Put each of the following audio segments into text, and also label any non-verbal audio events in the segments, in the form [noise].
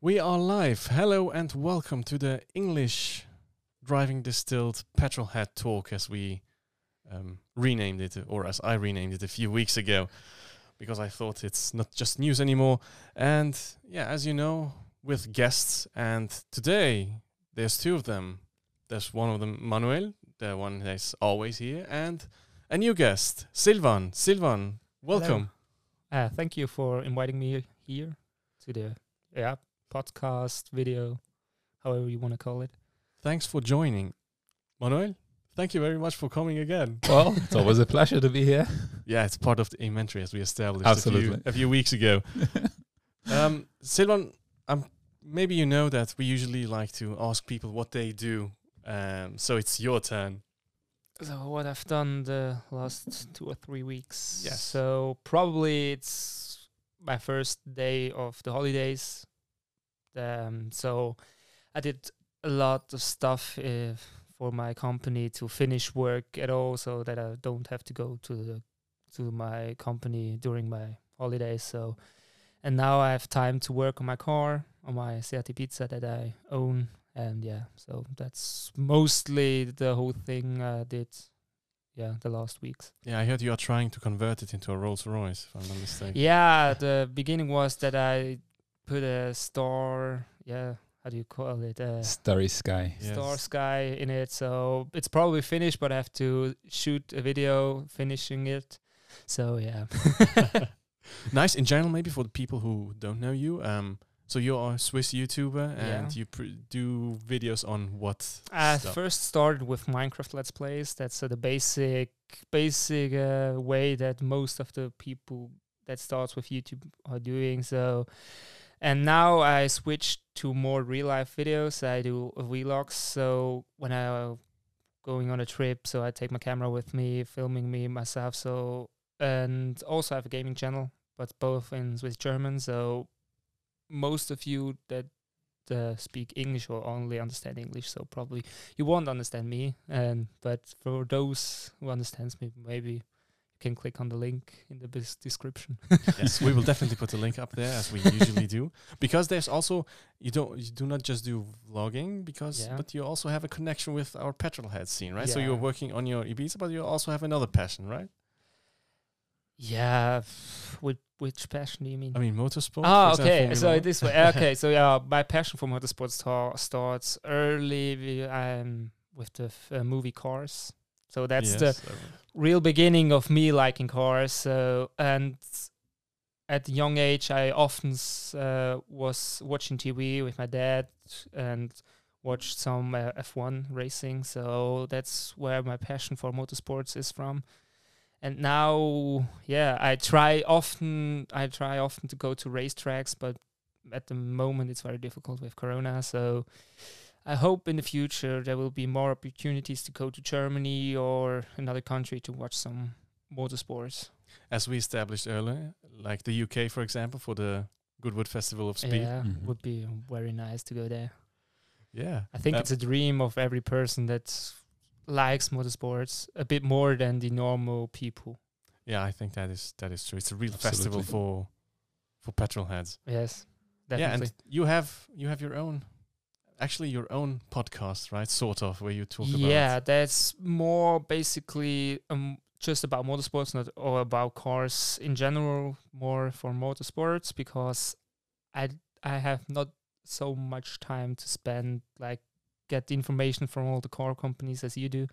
We are live. Hello and welcome to the English Driving Distilled Petrol Head Talk, as we um, renamed it, or as I renamed it a few weeks ago, because I thought it's not just news anymore. And yeah, as you know, with guests, and today there's two of them. There's one of them, Manuel, the one that's always here, and a new guest, Silvan. Silvan, welcome. Uh, thank you for inviting me here to the yeah podcast video, however you want to call it. Thanks for joining. Manuel, thank you very much for coming again. Well, it's always a pleasure to be here. Yeah, it's part of the inventory as we established A, few, Absolutely. a few weeks ago. um, Silvan, um, maybe you know that we usually like to ask people what they do. Um, so it's your turn. So what I've done the last two or three weeks. Yes. So probably it's my first day of the holidays. Um, so I did a lot of stuff uh, for my company to finish work at all, so that I don't have to go to the, to my company during my holidays. So, and now I have time to work on my car, on my Seat Pizza that I own, and yeah, so that's mostly the whole thing I did. Yeah, the last weeks. Yeah, I heard you are trying to convert it into a Rolls Royce, if I'm not mistaken. Yeah, the beginning was that I put a star. Yeah, how do you call it? Uh, Starry [laughs] sky. Yes. star sky in it so it's probably finished but i have to shoot a video finishing it so yeah [laughs] Nice. In general, maybe for the people who don't know you, um, so you are a Swiss YouTuber and Yeah. Uh, you pr- do videos on what? i stuff? first started with minecraft let's plays that's uh, the basic basic uh, way that most of the people that starts with youtube are doing so and now i switched to more real life videos i do vlogs so when i uh, going on a trip so i take my camera with me filming me myself so and also I have a gaming channel, but both in Swiss German. So most of you that uh, speak English or only understand English, so probably you won't understand me. And but for those who understands me, maybe you can click on the link in the bes- description. [laughs] yes, we will definitely put the link up there as we usually [laughs] do, because there's also you don't you do not just do vlogging because Yeah. but you also have a connection with our petrolhead scene, right? So you're Yeah. working on your Ibiza, but you also have another passion, right? [laughs] Yeah, which which passion do you mean? I mean, motorsport. Ah, for example, okay. Formula So One. [laughs] this way, ah, okay. So yeah, my passion for motorsport star- starts early we- um, with the f- uh, movie Cars. So that's [laughs] the Yes, I- real beginning of me liking cars. So and at a young age, I often s- uh, was watching TV with my dad and watched some uh, F1 racing. So that's where my passion for motorsports is from. And now, yeah, I try often. I try often to go to racetracks, but at the moment it's very difficult with Corona. So I hope in the future there will be more opportunities to go to Germany or another country to watch some motorsports. as we established earlier, like the UK, for example, for the Goodwood Festival of Speed. Mm-hmm. Yeah, Mhm. would be very nice to go there. Yeah, I think Uh, it's a dream of every person that likes motorsports a bit more than the normal people. yeah. I think that is that is true. It's a real festival Absolutely. for for petrolheads. Yes, definitely. Yeah, and you have you have your own, actually your own podcast, right? Sort of where you talk about. yeah, that's more basically um, just about motorsports, not or about cars in general. More for motorsports because I I have not so much time to spend like get the information from all the car companies as you do.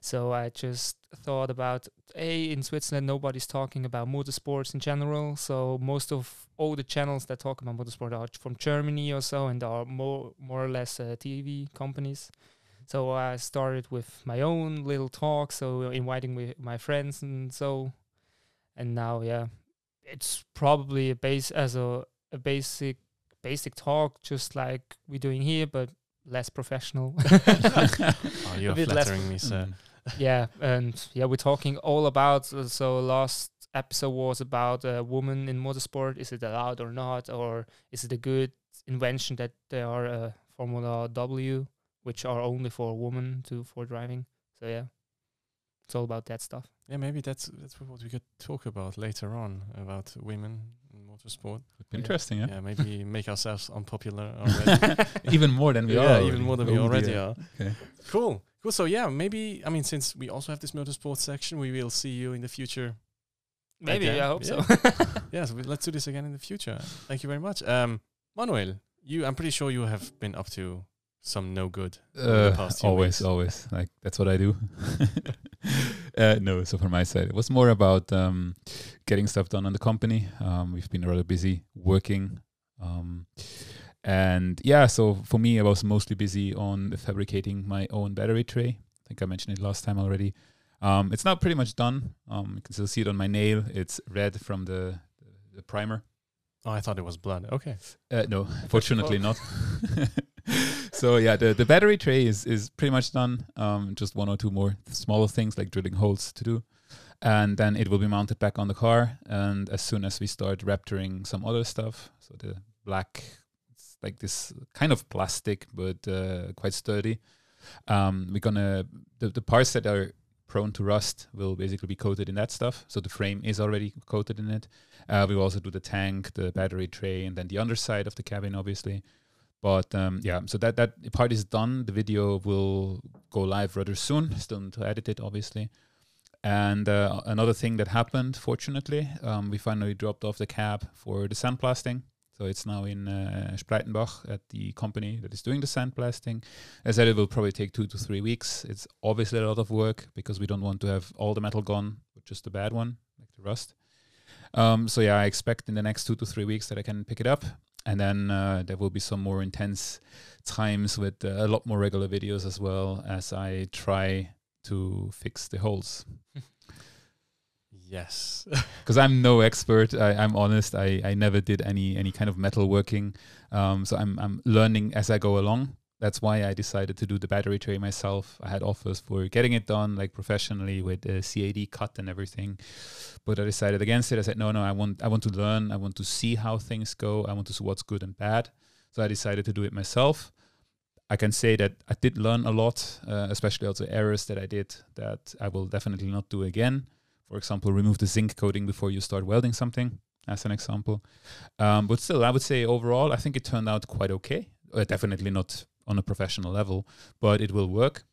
So I just thought about a in Switzerland nobody's talking about motorsports in general. So most of all the channels that talk about motorsport are from Germany or so, and are more more or less uh, TV companies. So I started with my own little talk, so inviting with my friends and so, and now yeah, it's probably a base as a, a basic basic talk, just like we're doing here, but less professional. [laughs] Oh, you A are bit less- flattering me, sir. Mm. yeah, and yeah, we're talking all about. uh, So last episode was about a woman in motorsport. Is it allowed or not, or is it a good invention that there are uh, Formula W, which are only for women to for driving? So yeah, it's all about that stuff. Yeah, maybe that's that's what we could talk about later on about women in motorsport. motorsport. Interesting, Mm. Yeah, yeah. [laughs] maybe make ourselves unpopular already. even more [laughs] than we yeah, are. even more than we Oh already dear. are. Okay. Cool. Cool. So yeah, maybe I mean since we also have this motorsport section, we will see you in the future. Maybe Again, I hope yeah. so. [laughs] Yes, we let's do this again in the future. Thank you very much. Um Manuel, you I'm pretty sure you have been up to some no good. the Uh, past few always, weeks? always. Like that's what I do. [laughs] uh, no, so from my side, it was more about um, getting stuff done on the company. Um, we've been rather busy working, um, and yeah. So for me, I was mostly busy on fabricating my own battery tray. I think I mentioned it last time already. Um, it's now pretty much done. Um, you can still see it on my nail. It's red from the the primer. Oh, I thought it was blood. Okay. Uh, no, fortunately not. [laughs] so yeah, the, the battery tray is is pretty much done. Um, just one or two more smaller things like drilling holes to do, and then it will be mounted back on the car. And as soon as we start raptoring some other stuff, so the black, it's like this kind of plastic but uh, quite sturdy. Um, we're gonna the, the parts that are prone to rust will basically be coated in that stuff. So the frame is already coated in it. Uh, we will also do the tank, the battery tray, and then the underside of the cabin, obviously. But um, yeah, so that that part is done. The video will go live rather soon. Still need to edit it, obviously. And uh, another thing that happened, fortunately, um, we finally dropped off the cab for the sandblasting. So it's now in uh, Spreitenbach at the company that is doing the sandblasting. As I said, it will probably take two to three weeks. It's obviously a lot of work because we don't want to have all the metal gone, but just the bad one, like the rust. Um, so yeah, I expect in the next two to three weeks that I can pick it up, and then uh, there will be some more intense times with uh, a lot more regular videos as well as I try to fix the holes. Yes. [laughs] Because I'm no expert, I, I'm honest. I, I never did any any kind of metal working, um, so I'm I'm learning as I go along. That's why I decided to do the battery tray myself. I had offers for getting it done like professionally with a CAD cut and everything. but I decided against it. I said, no, no, I want, I want to learn. I want to see how things go. I want to see what's good and bad. So I decided to do it myself. I can say that I did learn a lot, uh, especially also errors that I did that I will definitely not do again. For example, remove the zinc coating before you start welding something, as an example. Um, but still, I would say overall, I think it turned out quite okay. Uh, definitely not on a professional level, but it will work.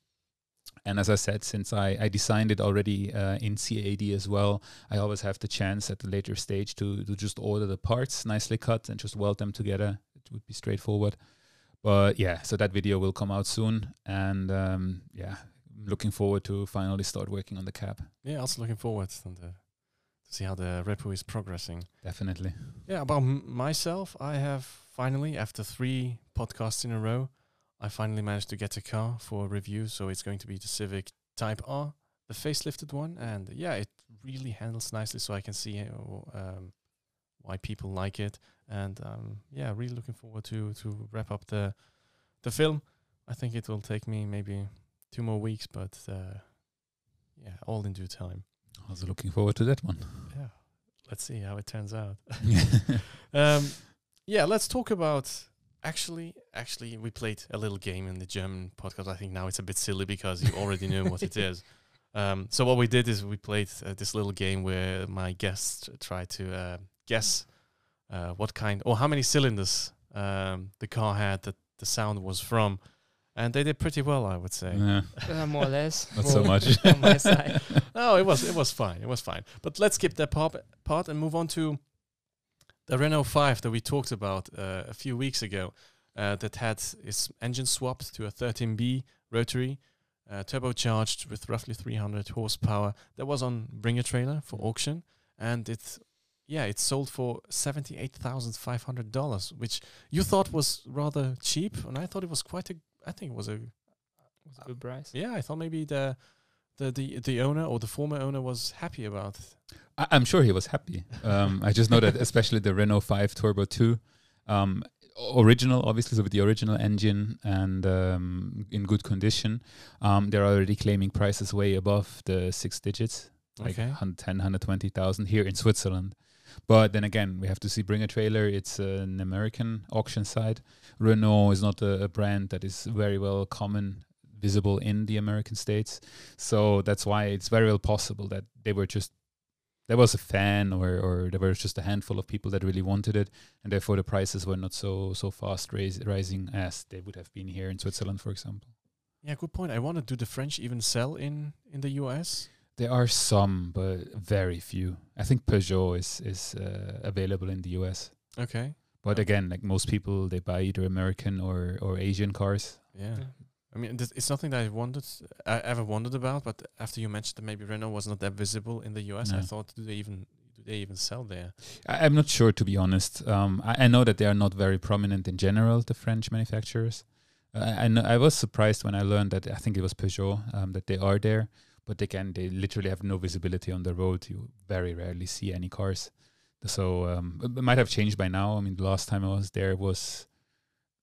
And as I said, since I, I designed it already uh, in CAD as well, I always have the chance at the later stage to to just order the parts nicely cut and just weld them together. It would be straightforward. But yeah, so that video will come out soon, and um, yeah, I'm looking forward to finally start working on the cab. yeah, also looking forward to, the, to see how the repo is progressing. Definitely. Yeah, about m- myself, I have finally, after three podcasts in a row, I finally managed to get a car for review. So it's going to be the Civic Type R, the facelifted one, and yeah, it really handles nicely. So I can see uh, um, why people like it, and um, yeah, really looking forward to to wrap up the the film. I think it will take me maybe two more weeks, but uh, yeah, all in due time. Also looking forward to [laughs] that one. Yeah, let's see how it turns out. Um, yeah, let's talk about actually. Actually, we played a little game in the German podcast. I think now it's a bit silly because you already know what [laughs] it is. Um, so what we did is we played uh, this little game where my guests try to uh, guess uh, what kind or how many cylinders um, the car had that the sound was from, and they did pretty well, I would say. Yeah, Uh, more or less. [laughs] not so Well, [laughs] much. on my [laughs] side. No, Oh, it was it was fine. It was fine. But let's skip that part part and move on to the Renault 5 that we talked about uh, a few weeks ago. Uh, that had its engine swapped to a 13B rotary, uh, turbocharged with roughly 300 horsepower. That was on Bringer Trailer for auction, and it, yeah, it sold for seventy-eight thousand five hundred dollars, which you thought was rather cheap, and I thought it was quite a. I think it was a Was a good price. yeah, I thought maybe the the the, the owner or the former owner was happy about. it. I, I'm sure he was happy. Um, I just know that especially the Renault 5 Turbo 2, um, o- original, obviously, so with the original engine and um, in good condition, um, they're already claiming prices way above the six digits, like Okay. 110, 120,000 here in Switzerland. But then again, we have to see Bring a Trailer. It's an American auction site. Renault is not a, a brand that is very well common, visible in the American states. So that's why it's very well possible that they were just there was a fan or or there was just a handful of people that really wanted it, and therefore the prices were not so so fast rais- rising as they would have been here in Switzerland, for example. Yeah, good point. I wonder, do the French even sell in in the US? There are some, but very few. I think Peugeot is is uh, available in the US, Okay. but Yeah. again, like most people, they buy either American or or Asian cars. Yeah. Yeah. I mean, th- it's something that I wondered, I ever wondered about. But after you mentioned that maybe Renault was not that visible in the US, I No. thought, do they even do they even sell there? I, I'm not sure, to be honest. Um, I, I know that they are not very prominent in general, the French manufacturers. Uh, I, I, know, I was surprised when I learned that I think it was Peugeot um, that they are there, but again, they literally have no visibility on the road. You very rarely see any cars. So um, it it might have changed by now. I mean, the last time I was there was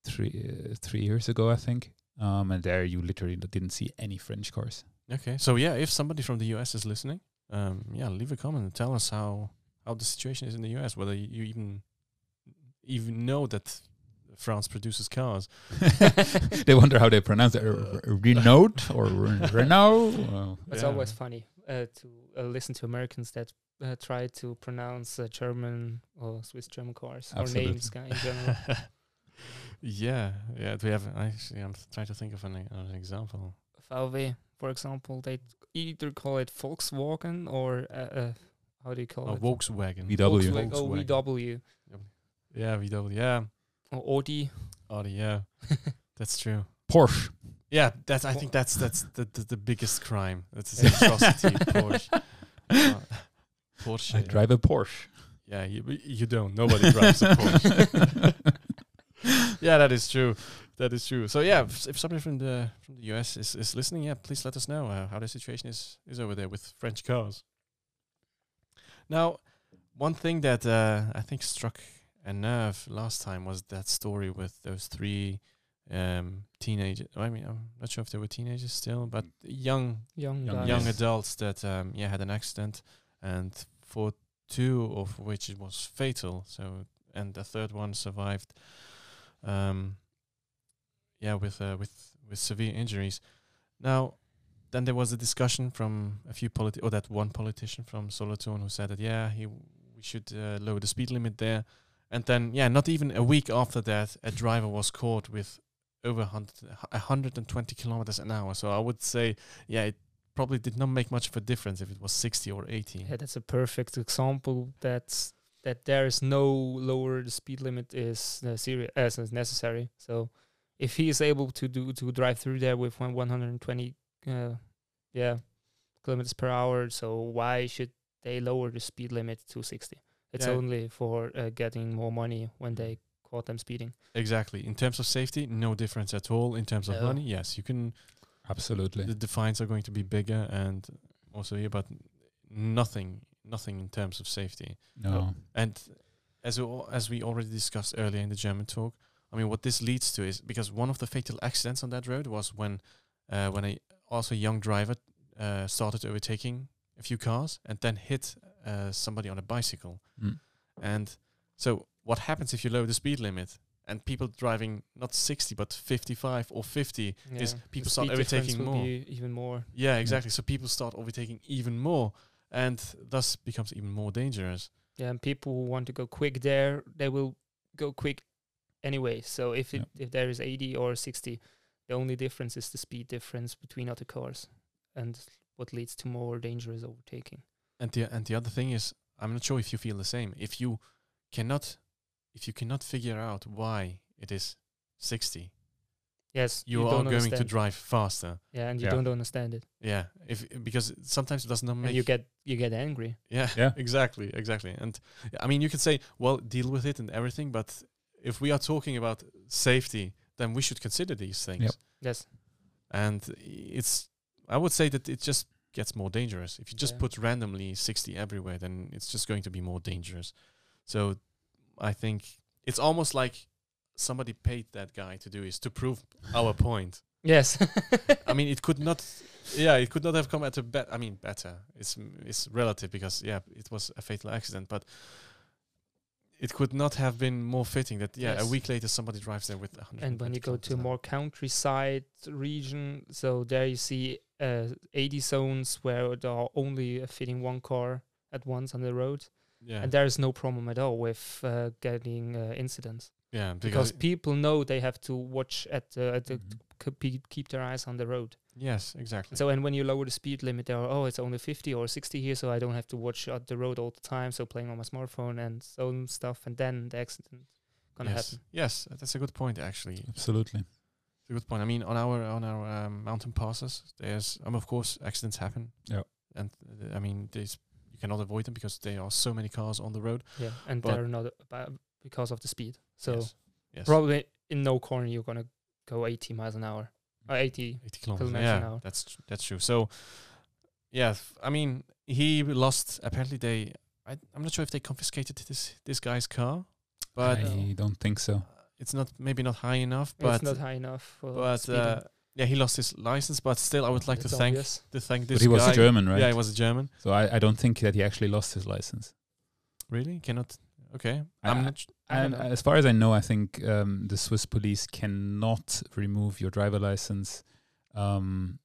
three uh, three years ago, I think. Um, and there you literally didn't see any French cars. [laughs] Okay. So yeah, if somebody from the US is listening, um, yeah, leave a comment and tell us how how the situation is in the US. Whether y- you even even know that France produces cars. they wonder how they pronounce it. Uh, R- R- Renault or Ren- [laughs] Renault. Well, It's Yeah. always funny uh, to uh, listen to Americans that uh, try to pronounce uh, German or Swiss German cars Absolutely. or names uh, in general. [laughs] yeah, yeah. Do we have? Actually, I'm trying to think of an, e- an example. VW, for example, they either call it Volkswagen or uh, uh, how do you call A it? Volkswagen. VW. Volkswagen. Oh, Volkswagen. VW Yeah, VW. Yeah, or Audi. Audi. [laughs] Yeah, that's true. Porsche. Yeah, that's. I think that's that's the the, the biggest crime. That's [laughs] an atrocity. Porsche. Uh, Porsche. I yeah. drive a Porsche. Yeah, you you don't. Nobody drives a Porsche. yeah, that is true. That is true. So yeah, if, if somebody from the from the US is, is listening, yeah, please let us know uh, how the situation is is over there with French cars. Now, one thing that uh, I think struck a nerve last time was that story with those three um, teenagers. I mean, I'm not sure if they were teenagers still, but young Young, Young guys. young Yes. adults that um, yeah had an accident, and for two of which it was fatal. So and the third one survived. Um, yeah, with uh, with with severe injuries. Now, then there was a discussion from a few politi- or that one politician from Solothurn who said that yeah he we should uh, lower the speed limit there, and then yeah not even a week after that a driver was caught with over 100, 120 kilometers an hour. So I would say yeah it probably did not make much of a difference if it was 60 or 80. Yeah, that's a perfect example. That's that there is no lower the speed limit is uh, serious as is necessary. So, if he is able to do to drive through there with one 120, uh, yeah, kilometers per hour, so why should they lower the speed limit to 60? It's Yeah. Mm. only for uh, getting more money when they caught them speeding. Exactly. In terms of safety, no difference at all. In terms of No. money, yes, you can. Absolutely. The, the fines are going to be bigger, and also here, but nothing, nothing in terms of safety. No. And as we, al- as we already discussed earlier in the German talk, I mean, what this leads to is because one of the fatal accidents on that road was when, uh, when a also young driver uh, started overtaking a few cars and then hit uh, somebody on a bicycle. Mm. And so, what happens if you lower the speed limit and people driving not 60 but 55 or 50? Is Yeah. The people start speed difference overtaking will more. be even more. Yeah, exactly. So, people start overtaking even more and thus becomes even more dangerous. Yeah, and people who want to go quick there, they will go quick anyway. So if it, Yep. if there is 80 or 60, the only difference is the speed difference between other cars, and what leads to more dangerous overtaking. And the and the other thing is, I'm not sure if you feel the same. If you cannot, if you cannot figure out why it is 60, Yes, you, are don't going to understand. drive faster. Yeah, and you Yeah. don't understand it, Yeah, if because sometimes it does not make and you get you get angry. [laughs] Yeah, Yeah. exactly, exactly. And I mean, you could say, well, deal with it and everything, but if we are talking about safety, then we should consider these things. Yep. [laughs] Yes, And it's, I would say that it just gets more dangerous. If you just Yeah. put randomly 60 everywhere, then it's just going to be more dangerous. So I think it's almost like somebody paid that guy to do is to prove our point. yes. I mean, it could not. Yeah, it could not have come at a bet. I mean, better. It's it's relative because yeah, it was a fatal accident, but it could not have been more fitting that yeah, a Yes. week later somebody drives there with 100. [laughs] and when you go to a more countryside region, so there you see uh, 80 zones where there are only uh, fitting one car at once on the road, Yeah. and there is no problem at all with uh, getting uh, incidents yeah. Because, Mm. because people know they have to watch at the, at the Mhm. k- pe- keep their eyes on the road. yes, exactly. So and when you lower the speed limit, there are oh it's only 50 or 60 here, so I don't have to watch out the road all the time. So playing on my smartphone and so on stuff, and then the accident gonna yes. happen. Yes, that's a good point actually. Absolutely. It's a good point. I mean, on our on our um, mountain passes, there's um, of course accidents happen. Yeah. And uh, I mean, there's you cannot avoid them because there are so many cars on the road. Yeah, and But- they're not ab- because of the speed. So yes. yes. probably in no corner you're gonna go 80 miles an hour or 80. 80 kilometers. kilometers an yeah, hour. that's tr- that's true. So, yeah, f- I mean, he lost. Apparently, they. I, I'm not sure if they confiscated this this guy's car, but uh, I don't think so. it's not maybe not high enough. it's But not high enough. For but speeding. uh, yeah, he lost his license. But still, I would like That's to thank obvious. to thank this But he was guy. German, right? Yeah, he was a German. so I, I don't think that he actually lost his license. Really, cannot. Okay, I- I'm not. sh- I don't And as far as I know, I think um, the Swiss police cannot remove your driver license. Um,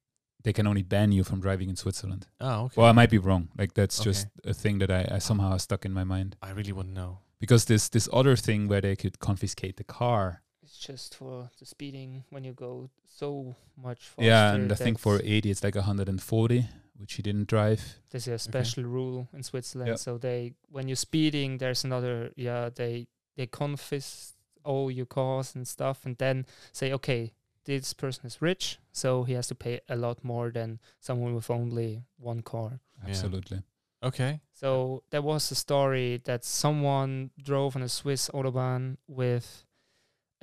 they can only ban you from driving in Switzerland. Ah, okay. Well, I might be wrong. Like that's Okay. just a thing that I, I somehow stuck in my mind I really wouldn't know. because this this other thing where they could confiscate the car. It's just for the speeding when you go so much faster. yeah, and I think that's- for eighty, it's like hundred and forty, which he didn't drive. there's a special rule in Switzerland. Yeah. So they, when you're speeding, there's another. Yeah, they they confiscate all your cars and stuff, and then say, okay, this person is rich, so he has to pay a lot more than someone with only one car. Yeah. Absolutely. Okay. So there was a story that someone drove on a Swiss autobahn with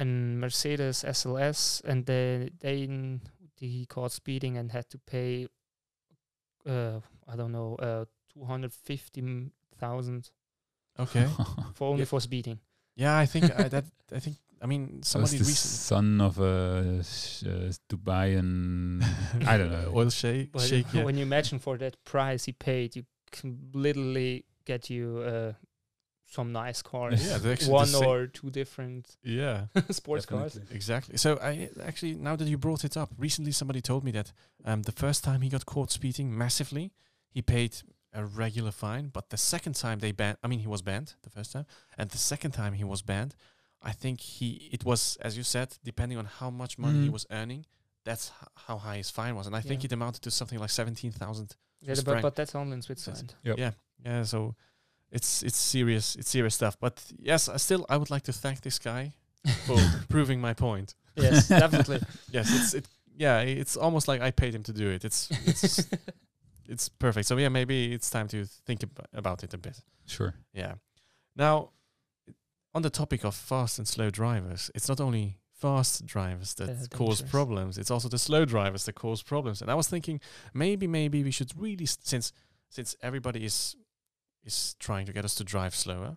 a Mercedes SLS, and they they he caught speeding and had to pay, uh, I don't know, uh, two hundred fifty thousand Okay. for only Yeah. for speeding. yeah, I think I, that. I think. I [laughs] mean, [laughs] So it's somebody the recently. son of a sh- uh, Dubaian. I don't [laughs] know. Oil shake. [laughs] But shake yeah. when you imagine for that price he paid, you can literally get you uh, some nice cars, [laughs] Yeah, [laughs] they're actually the one same- or two different [laughs] Yeah. sports cars. Exactly. So I actually, now that you brought it up, recently somebody told me that um, the first time he got caught speeding massively, he paid a regular fine, but the second time they banned, I mean, he was banned the first time, and the second time he was banned, I think he it was as you said, depending on how much money he Mhm. was earning, that's h- how high his fine was, and I think Yeah. it amounted to something like seventeen thousand. Yeah, Swiss but, franc. but that's only in Switzerland. Yep. Yeah, yeah. So it's it's serious, it's serious stuff. But yes, I still I would like to thank this guy [laughs] for proving my point. yes, definitely. yes, it's it. Yeah, it's almost like I paid him to do it. It's [laughs] it's it's perfect. So yeah, maybe it's time to think ab- about it a bit. Sure. Yeah. Now, on the topic of fast and slow drivers, it's not only fast drivers that They're cause dangerous. problems; it's also the slow drivers that cause problems. And I was thinking maybe maybe we should really s- since since everybody is is trying to get us to drive slower,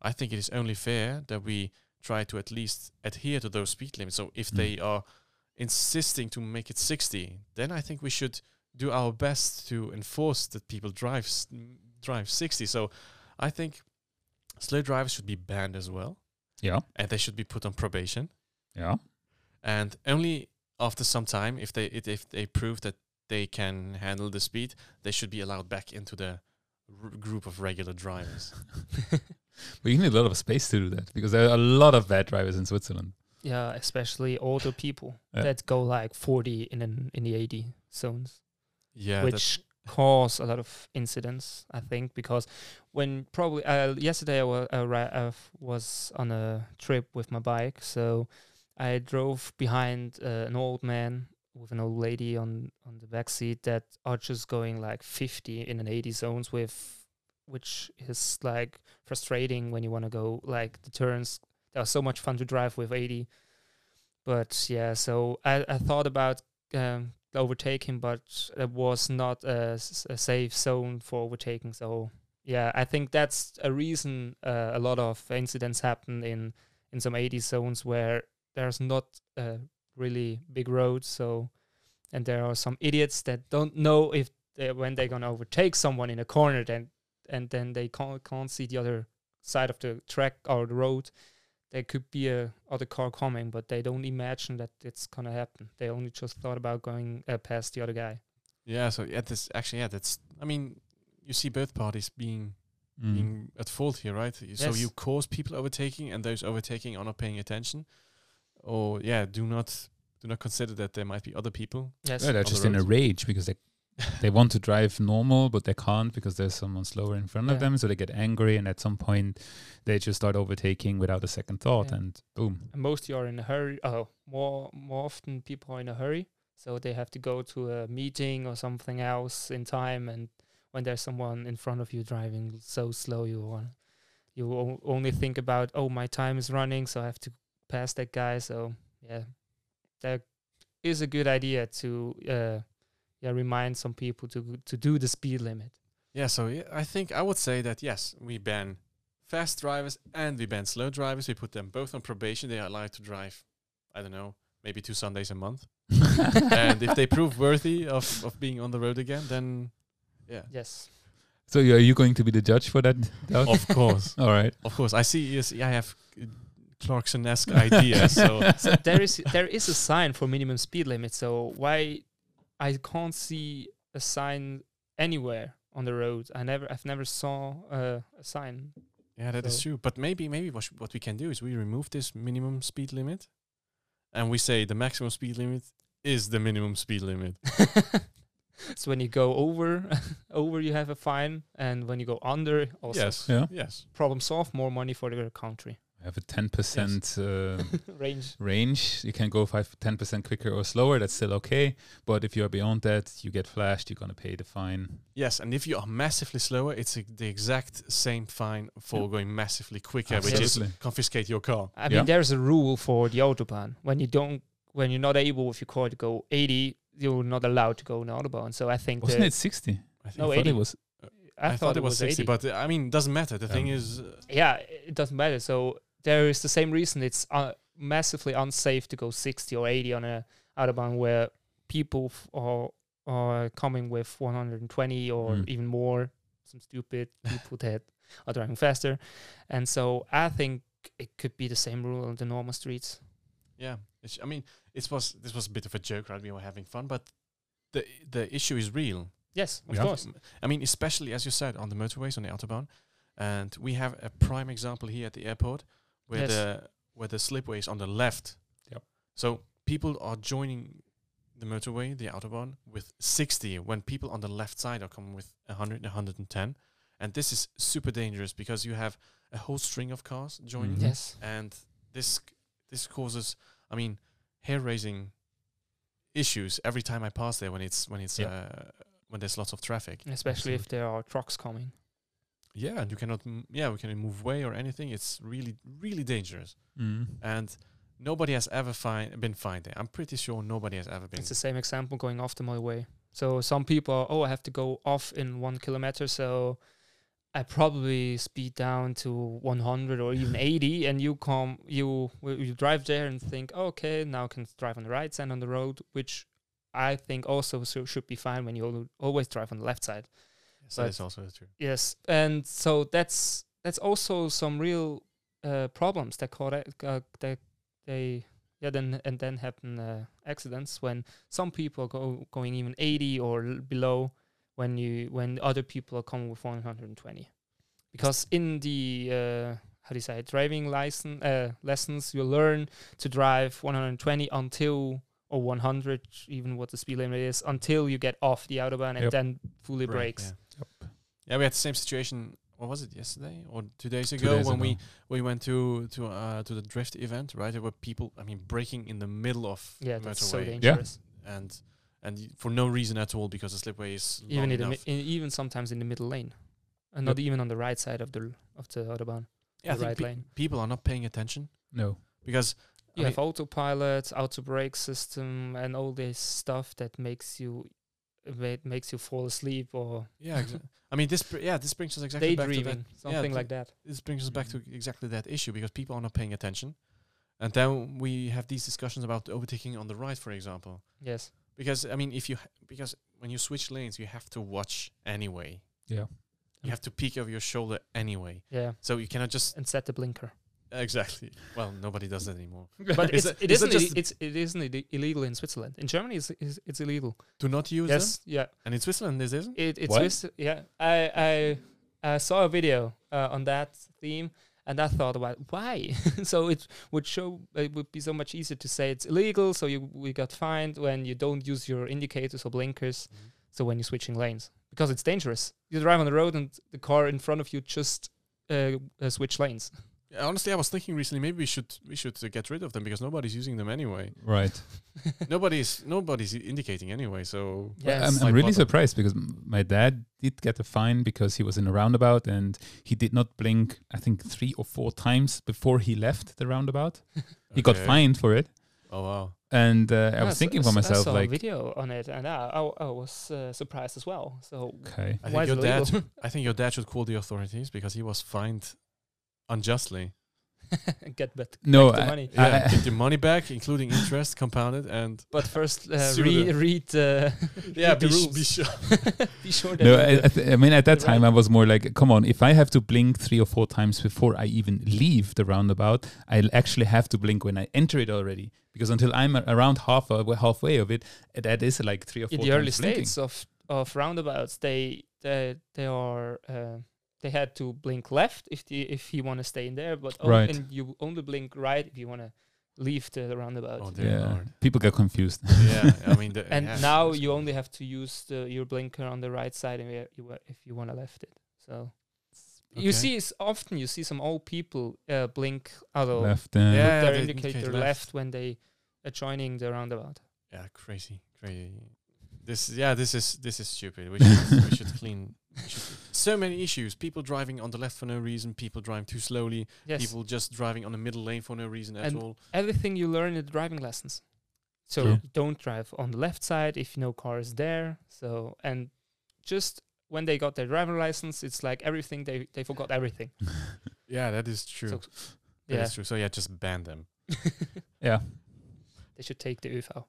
I think it is only fair that we try to at least adhere to those speed limits. So if Mm. they are insisting to make it 60, then I think we should do our best to enforce that people drive s- m- drive 60. So I think slow drivers should be banned as well, Yeah. and they should be put on probation. Yeah. And only after some time, if they it, if they prove that they can handle the speed, they should be allowed back into the r- group of regular drivers. But you need a lot of space to do that because there are a lot of bad drivers in Switzerland. yeah, especially older people Yeah. that go like 40 in an, in the 80 zones, yeah, that- which cause a lot of incidents, I think, because when probably uh, yesterday I wa- I ri- I f- was on a trip with my bike, so I drove behind uh, an old man with an old lady on on the back seat that are just going like 50 in an 80 zones with which is like frustrating when you want to go like the turns they are so much fun to drive with 80 but yeah so i, I thought about um overtaking but it was not a, s- a safe zone for overtaking so yeah i think that's a reason uh, a lot of incidents happen in in some 80 zones where there's not a really big road so and there are some idiots that don't know if they, when they're gonna overtake someone in a corner then and then they can't can't see the other side of the track or the road there could be a other car coming but they don't imagine that it's gonna happen they only just thought about going uh, past the other guy Yeah, so yeah, this actually yeah, that's I mean, you see both parties being Mm. being at fault here, right? Y- So Yes. you cause people overtaking, and those overtaking are not paying attention, or yeah, do not do not consider that there might be other people. Yes. Yeah, they're on the just in a road. rage because they they want to drive normal, but they can't because there's someone slower in front of Yeah. them. So they get angry, and at some point, they just start overtaking without a second thought, Yeah. and boom. And most you are in a hurry. Oh, more more often people are in a hurry, so they have to go to a meeting or something else in time. And when there's someone in front of you driving so slow, you want you o- only think about oh my time is running, so I have to pass that guy. So yeah, that is a good idea to uh, yeah remind some people to to do the speed limit. Yeah, so yeah, I think I would say that yes, we ban fast drivers and we ban slow drivers. We put them both on probation. They are allowed to drive. I don't know, maybe two Sundays a month. [laughs] and if they prove worthy of, of being on the road again, then yeah, Yes. so, you- are you going to be the judge for that? doubt? of course, [laughs] All right. of course. I see. Yes, I have Clarkson-esque ideas. [laughs] [laughs] So so there is there is a sign for minimum speed limit. So why I can't see a sign anywhere on the road. I never I've never saw uh, a sign. [laughs] Yeah, that is So- true. But maybe maybe what, sh- what we can do is we remove this minimum speed limit, and we say the maximum speed limit is the minimum speed limit. so when you go over [laughs] over you have a fine and when you go under also Yes. Yeah. Yes. problem solved more money for the country. I have a 10% uh, [laughs] Range. range. You can go 5 10% quicker or slower. That's still okay. But if you are beyond that, you get flashed. You're going to pay the fine. Yes. And if you are massively slower, it's uh, the exact same fine for going massively quicker, which is Absolutely. confiscate your car. I Yeah. mean there's a rule for the autobahn. When you don't when you're not able with your car to go eighty, you're not allowed to go on the autobahn. So I think Wasn't the- it 60? I think No, I, I thought 80. it was. I thought it was 60, 80. but uh, I mean, doesn't matter. The thing Um, is, uh, yeah, it doesn't matter. So there is the same reason it's uh, massively unsafe to go 60 or 80 on a autobahn where people f- are are coming with 120 or Mm. even more. Some [laughs] stupid people that are driving faster, and so I think it could be the same rule on the normal streets. yeah. It's, I mean, it was this was a bit of a joke, right? We were having fun, but the the issue is real. Yes, of Yeah. course. M- I mean, especially as you said on the motorways on the autobahn, and we have a prime example here at the airport where Yes. the where the slipway is on the left. Yep. So people are joining the motorway, the autobahn, with 60 when people on the left side are coming with 100, 110, and this is super dangerous because you have a whole string of cars joining, Mhm. Yes, and this c- this causes, I mean, hair raising issues every time I pass there when it's when it's Yeah. uh, when there's lots of traffic. especially if there are trucks coming. Yeah, and you cannot. m- Yeah, we can move away or anything. It's really, really dangerous. Mm. And nobody has ever fi- been fined there. I'm pretty sure nobody has ever been. It's the same example going off the motorway. So some people are, oh, I have to go off in one kilometer, so I probably speed down to 100 or even 80, and you come, you well, you drive there and think, okay, now I can drive on the right side on the road, which I think also so should be fine when you al- always drive on the left side. Yes, that is also true. Yes, and so that's that's also some real uh, problems that caught uh, that they yeah then and then happen uh, accidents when some people are go going even 80 or l- below when you when other people are coming with 120 because in the uh, how do you say it, driving license uh, lessons you learn to drive 120 until or 100 even what the speed limit is until you get off the autobahn and Yep. then fully brakes Yeah. Yep. Yeah, we had the same situation. What was it yesterday or two days Two ago days when we ago. we went to to uh, to the drift event? Right, there were people. I mean, breaking in the middle of Yeah, the that's so motorway dangerous. and and y- for no reason at all because the slipway is Even long in, the, enough. mi- in even sometimes in the middle lane, and not even on the right side of the l- of the autobahn. yeah, I the think right pe- lane. people are not paying attention [laughs] No. because I You mean- have autopilot, auto brake system, and all this stuff that makes you that makes you fall asleep or yeah, exa- [laughs] I mean this. Br- yeah, this brings us exactly back to that daydreaming, something th- like that. this brings us back to Mhm. Mm-hmm. exactly that issue because people are not paying attention. And then we have these discussions about overtaking on the right, for example. Yes, Because I mean, if you ha- because when you switch lanes, you have to watch anyway. Yeah. You have to peek over your shoulder anyway, yeah, so you cannot just and set the blinker. Exactly. Well, nobody does that anymore. But Is it's, that- it is that isn't. Is just- it's it isn't ille- illegal in Switzerland. In Germany, it's it's, it's illegal. Do not use them. yes. Yeah. And in Switzerland, this isn't. It, it's What? Swiss, yeah. I I uh, saw a video uh, on that theme, and I thought about why. [laughs] so it would show it would be so much easier to say it's illegal. So you we got fined when you don't use your indicators or blinkers. Mm-hmm. Mhm. So when you're switching lanes, because it's dangerous. You drive on the road, and the car in front of you just uh, uh, switch lanes. Yeah, Honestly, I was thinking recently maybe we should we should uh, get rid of them because nobody's using them [laughs] anyway. Right. nobody's nobody's i- indicating anyway. So Yes. I'm, Like I'm really what the- surprised because m- my dad did get a fine because he was in a roundabout and he did not blink, I think, three or four times before he left the roundabout. He got Okay. fined for it. Oh wow. And uh, I Yeah, was so- thinking for so myself, I saw a like, video on it, and I I, I was uh, surprised as well. So okay, I why think is your it dad. illegal? I think your dad should call the authorities because he was fined unjustly. [laughs] Get back no, the I- money. I- Yeah, I- get your money back, including interest [laughs] compounded, and But first, uh, [laughs] Sue re- them. read, uh, [laughs] [laughs] yeah, read the be, rules. be sure. Be sure that no. you- I, I, th- I mean, at that Right. time, I was more like, come on, if I have to blink three or four times before I even leave the roundabout, I'll actually have to blink when I enter it already. Because until I'm a- around half of, halfway of it, uh, that is like three or four in times the early blinking. states of of roundabouts, they they they are uh, they had to blink left if the, if you want to stay in there, but on- Right. and you only blink right if you want to leave the roundabout. Oh dear Yeah, lord. people get confused. Yeah, I [laughs] mean, the, [laughs] and yeah, now that's you cool. only have to use the, your blinker on the right side and where you wa- if you want to left it. So Okay. you see, it's often you see some old people uh, blink although left. Uh, Yeah. their they indicator indicate left. left. when they are joining the roundabout. Yeah, crazy, crazy. This yeah, this is this is stupid. We should we should clean. we should- so many issues. People driving on the left for no reason. People driving too slowly. Yes, People just driving on the middle lane for no reason at And- all. everything you learn in the driving lessons. So True. don't drive on the left side if no car is there. So and just when they got their driver license, it's like everything they they forgot everything. Yeah, that is true. So, That is [laughs] true. So yeah, just ban them. yeah, yeah, they should take the UV.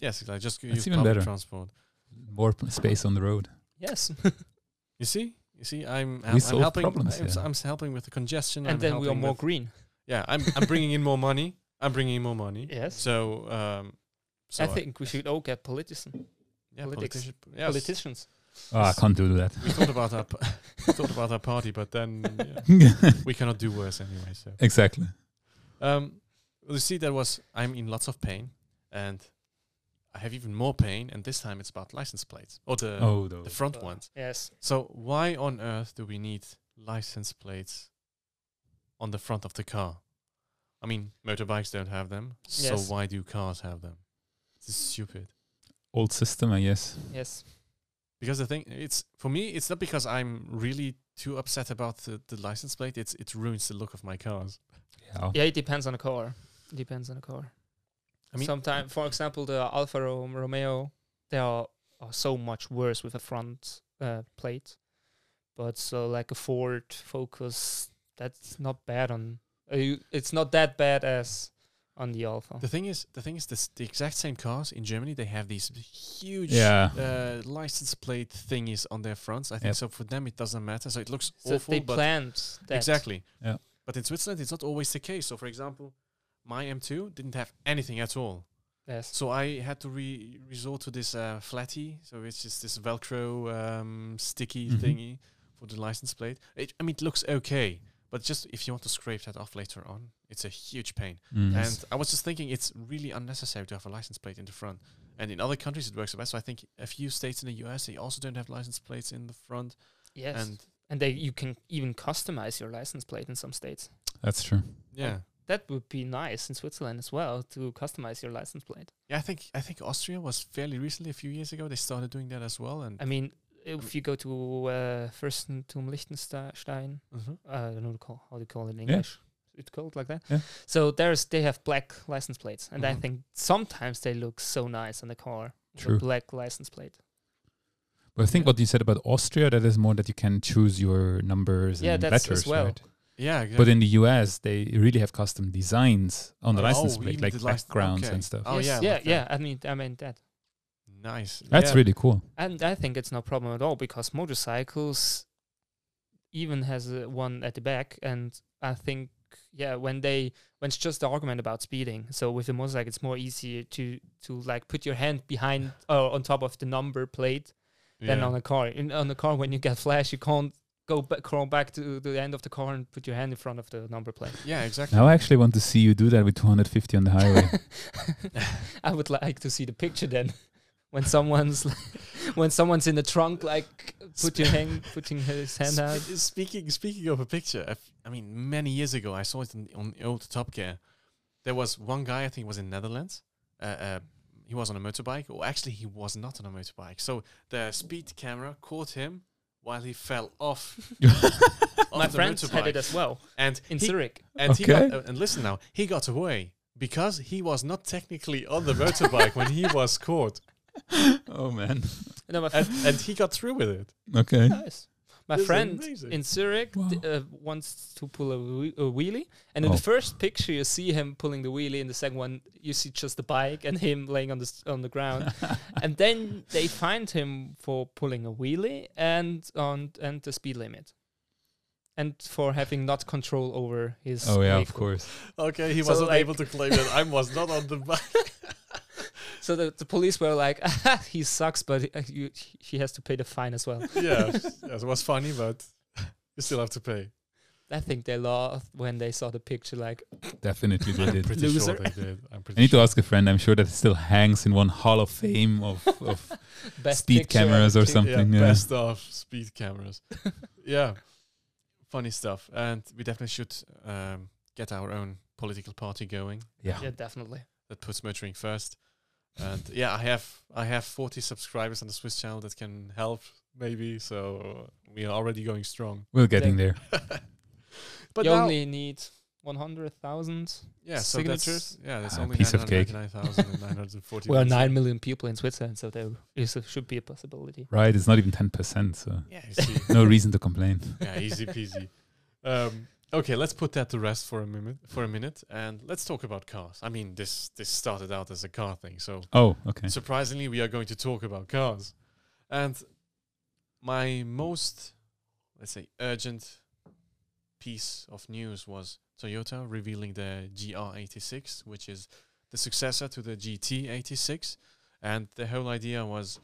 Yes, like just That's use even public better. transport. more p- space on the road. [laughs] Yes, You see, you see, I'm We I'm, I'm solve helping. problems, I'm, s- yeah. I'm s- helping with the congestion. I'm and then we are helping more with- green. yeah, I'm I'm bringing in more money. I'm bringing in more money. [laughs] Yes. So um, so I think we should all get politician, yeah, politics- politician- yes. politicians. Oh, I can't do that. [laughs] We thought [laughs] about our p- we thought about our party, but then yeah, we cannot do worse anyway. So exactly. Um, well, you see, that was I'm in lots of pain, and I have even more pain, and this time it's about license plates or the oh, no. the front Uh, ones. Yes, So why on earth do we need license plates on the front of the car? I mean, motorbikes don't have them, so Yes. why do cars have them? It's stupid. old system, I guess. yes. Because the thing, it's for me, it's not because I'm really too upset about the, the license plate. It's it ruins the look of my cars. Yeah. Yeah, it depends on the car. It depends on the car. I mean- sometimes, for example, the Alfa Ro- Romeo, they are, are so much worse with a front uh, plate. But so, like a Ford Focus, that's not bad on. Uh, you- it's not that bad as on the Alfa. The thing is, the thing is, this, the exact same cars in Germany they have these huge Yeah. uh, license plate thingies on their fronts. I think Yep. so. For them, it doesn't matter. So it looks So awful. they but planned that. exactly. Yeah. But in Switzerland, it's not always the case. So, for example, my M2 didn't have anything at all. Yes. So I had to re- resort to this uh, flatty, so it's just this Velcro um, sticky Mhm. thingy for the license plate. It, I mean, it looks okay, but just if you want to scrape that off later on, it's a huge pain. Mm. And I was just thinking, it's really unnecessary to have a license plate in the front. And in other countries, it works the best. So I think a few states in the US they also don't have license plates in the front. Yes. And, And they, you can even customize your license plate in some states. That's true. yeah, That would be nice in Switzerland as well to customize your license plate. yeah, I think I think Austria was fairly recently, a few years ago, they started doing that as well. And I mean, if you go to uh, Fürstentum Liechtenstein, Mhm. uh, I don't know call, how do you call it in Yeah. English. It's called like that. Yeah. Mm-hmm. So there's they have black license plates, and I Mhm. think sometimes they look so nice on the car. with a True. black license plate. But I think Yeah. what you said about Austria, that is more that you can choose your numbers Yeah, and that's as letters, well. right? yeah, exactly. But in the US, they really have custom designs on the Oh, license oh, plate, even like the license- backgrounds okay. and stuff. Oh, yeah, Yeah. like Yeah. that. I mean, I meant that, nice. That's Yeah. really cool. and I think it's no problem at all because motorcycles even has uh, one at the back, and I think yeah when they when it's just the argument about speeding so with the motorcycle it's more easier to to like put your hand behind or on top of the number plate than on a car in on a car when you get flash you can't go back crawl back to the end of the car and put your hand in front of the number plate yeah, exactly. Now I actually want to see you do that with 250 on the [laughs] highway. [laughs] I would like to see the picture then, [laughs] when someone's when someone's in the trunk, like put your [laughs] hand, putting his hand out. Sp- Speaking speaking of a picture, I, f- I mean, many years ago, I saw it in, on the old Top Gear. There was one guy, I think it was in Netherlands. Uh, uh, he was on a motorbike, or actually, he was not on a motorbike. So the speed camera caught him while he fell off. off My the friends had motorbike. it as well and in he, Zurich. and he got, Okay. uh, and listen now, he got away because he was not technically on the motorbike when he was caught, oh man. No, my, and, f- and he got through with it. [laughs] Okay. Nice. [laughs] My This is friend amazing. in Zurich Wow. d- uh, wants to pull a, whee- a wheelie, and in Oh. the first picture you see him pulling the wheelie, in the second one you see just the bike and him laying on the s- on the [laughs] ground, and then they find him for pulling a wheelie and on and the speed limit, and for having not control over his. Oh yeah, of vehicle. course. Okay, he So, wasn't like- able to claim that I was not on the [laughs] bike. So the, the police were like, [laughs] "He sucks, but uh, you, he has to pay the fine as well." [laughs] yeah, yes, it was funny, but [laughs] you still have to pay. I think they laughed when they saw the picture. Like, Definitely they [laughs] did. pretty Loser. sure they did. [laughs] I'm I pretty need to sure. ask a friend. I'm sure that it still hangs in one hall of fame of, of [laughs] best speed picture ever cameras or taken. something. yeah, Yeah, best of speed cameras. yeah, funny stuff. And we definitely should um, get our own political party going yeah. [laughs] Yeah, definitely. that puts motoring first. And [laughs] yeah, I have I have 40 subscribers on the Swiss channel that can help maybe. So we are already going strong. [laughs] We're getting there. But you now- only need 100,000. yeah, so that's- signatures? yeah, that's Ah, only piece of cake. 999,940. Well, 9 million people in Switzerland, so there is a, should be a possibility. Right? It's not even 10%, so Yeah, you see. [laughs] no reason to complain. yeah, easy peasy. Um, okay, let's put that to rest for a minute. For a minute, and let's talk about cars. I mean, this this started out as a car thing, so Oh, okay. surprisingly, we are going to talk about cars. And my most, let's say, urgent piece of news was Toyota revealing the GR86, which is the successor to the GT86. And the whole idea was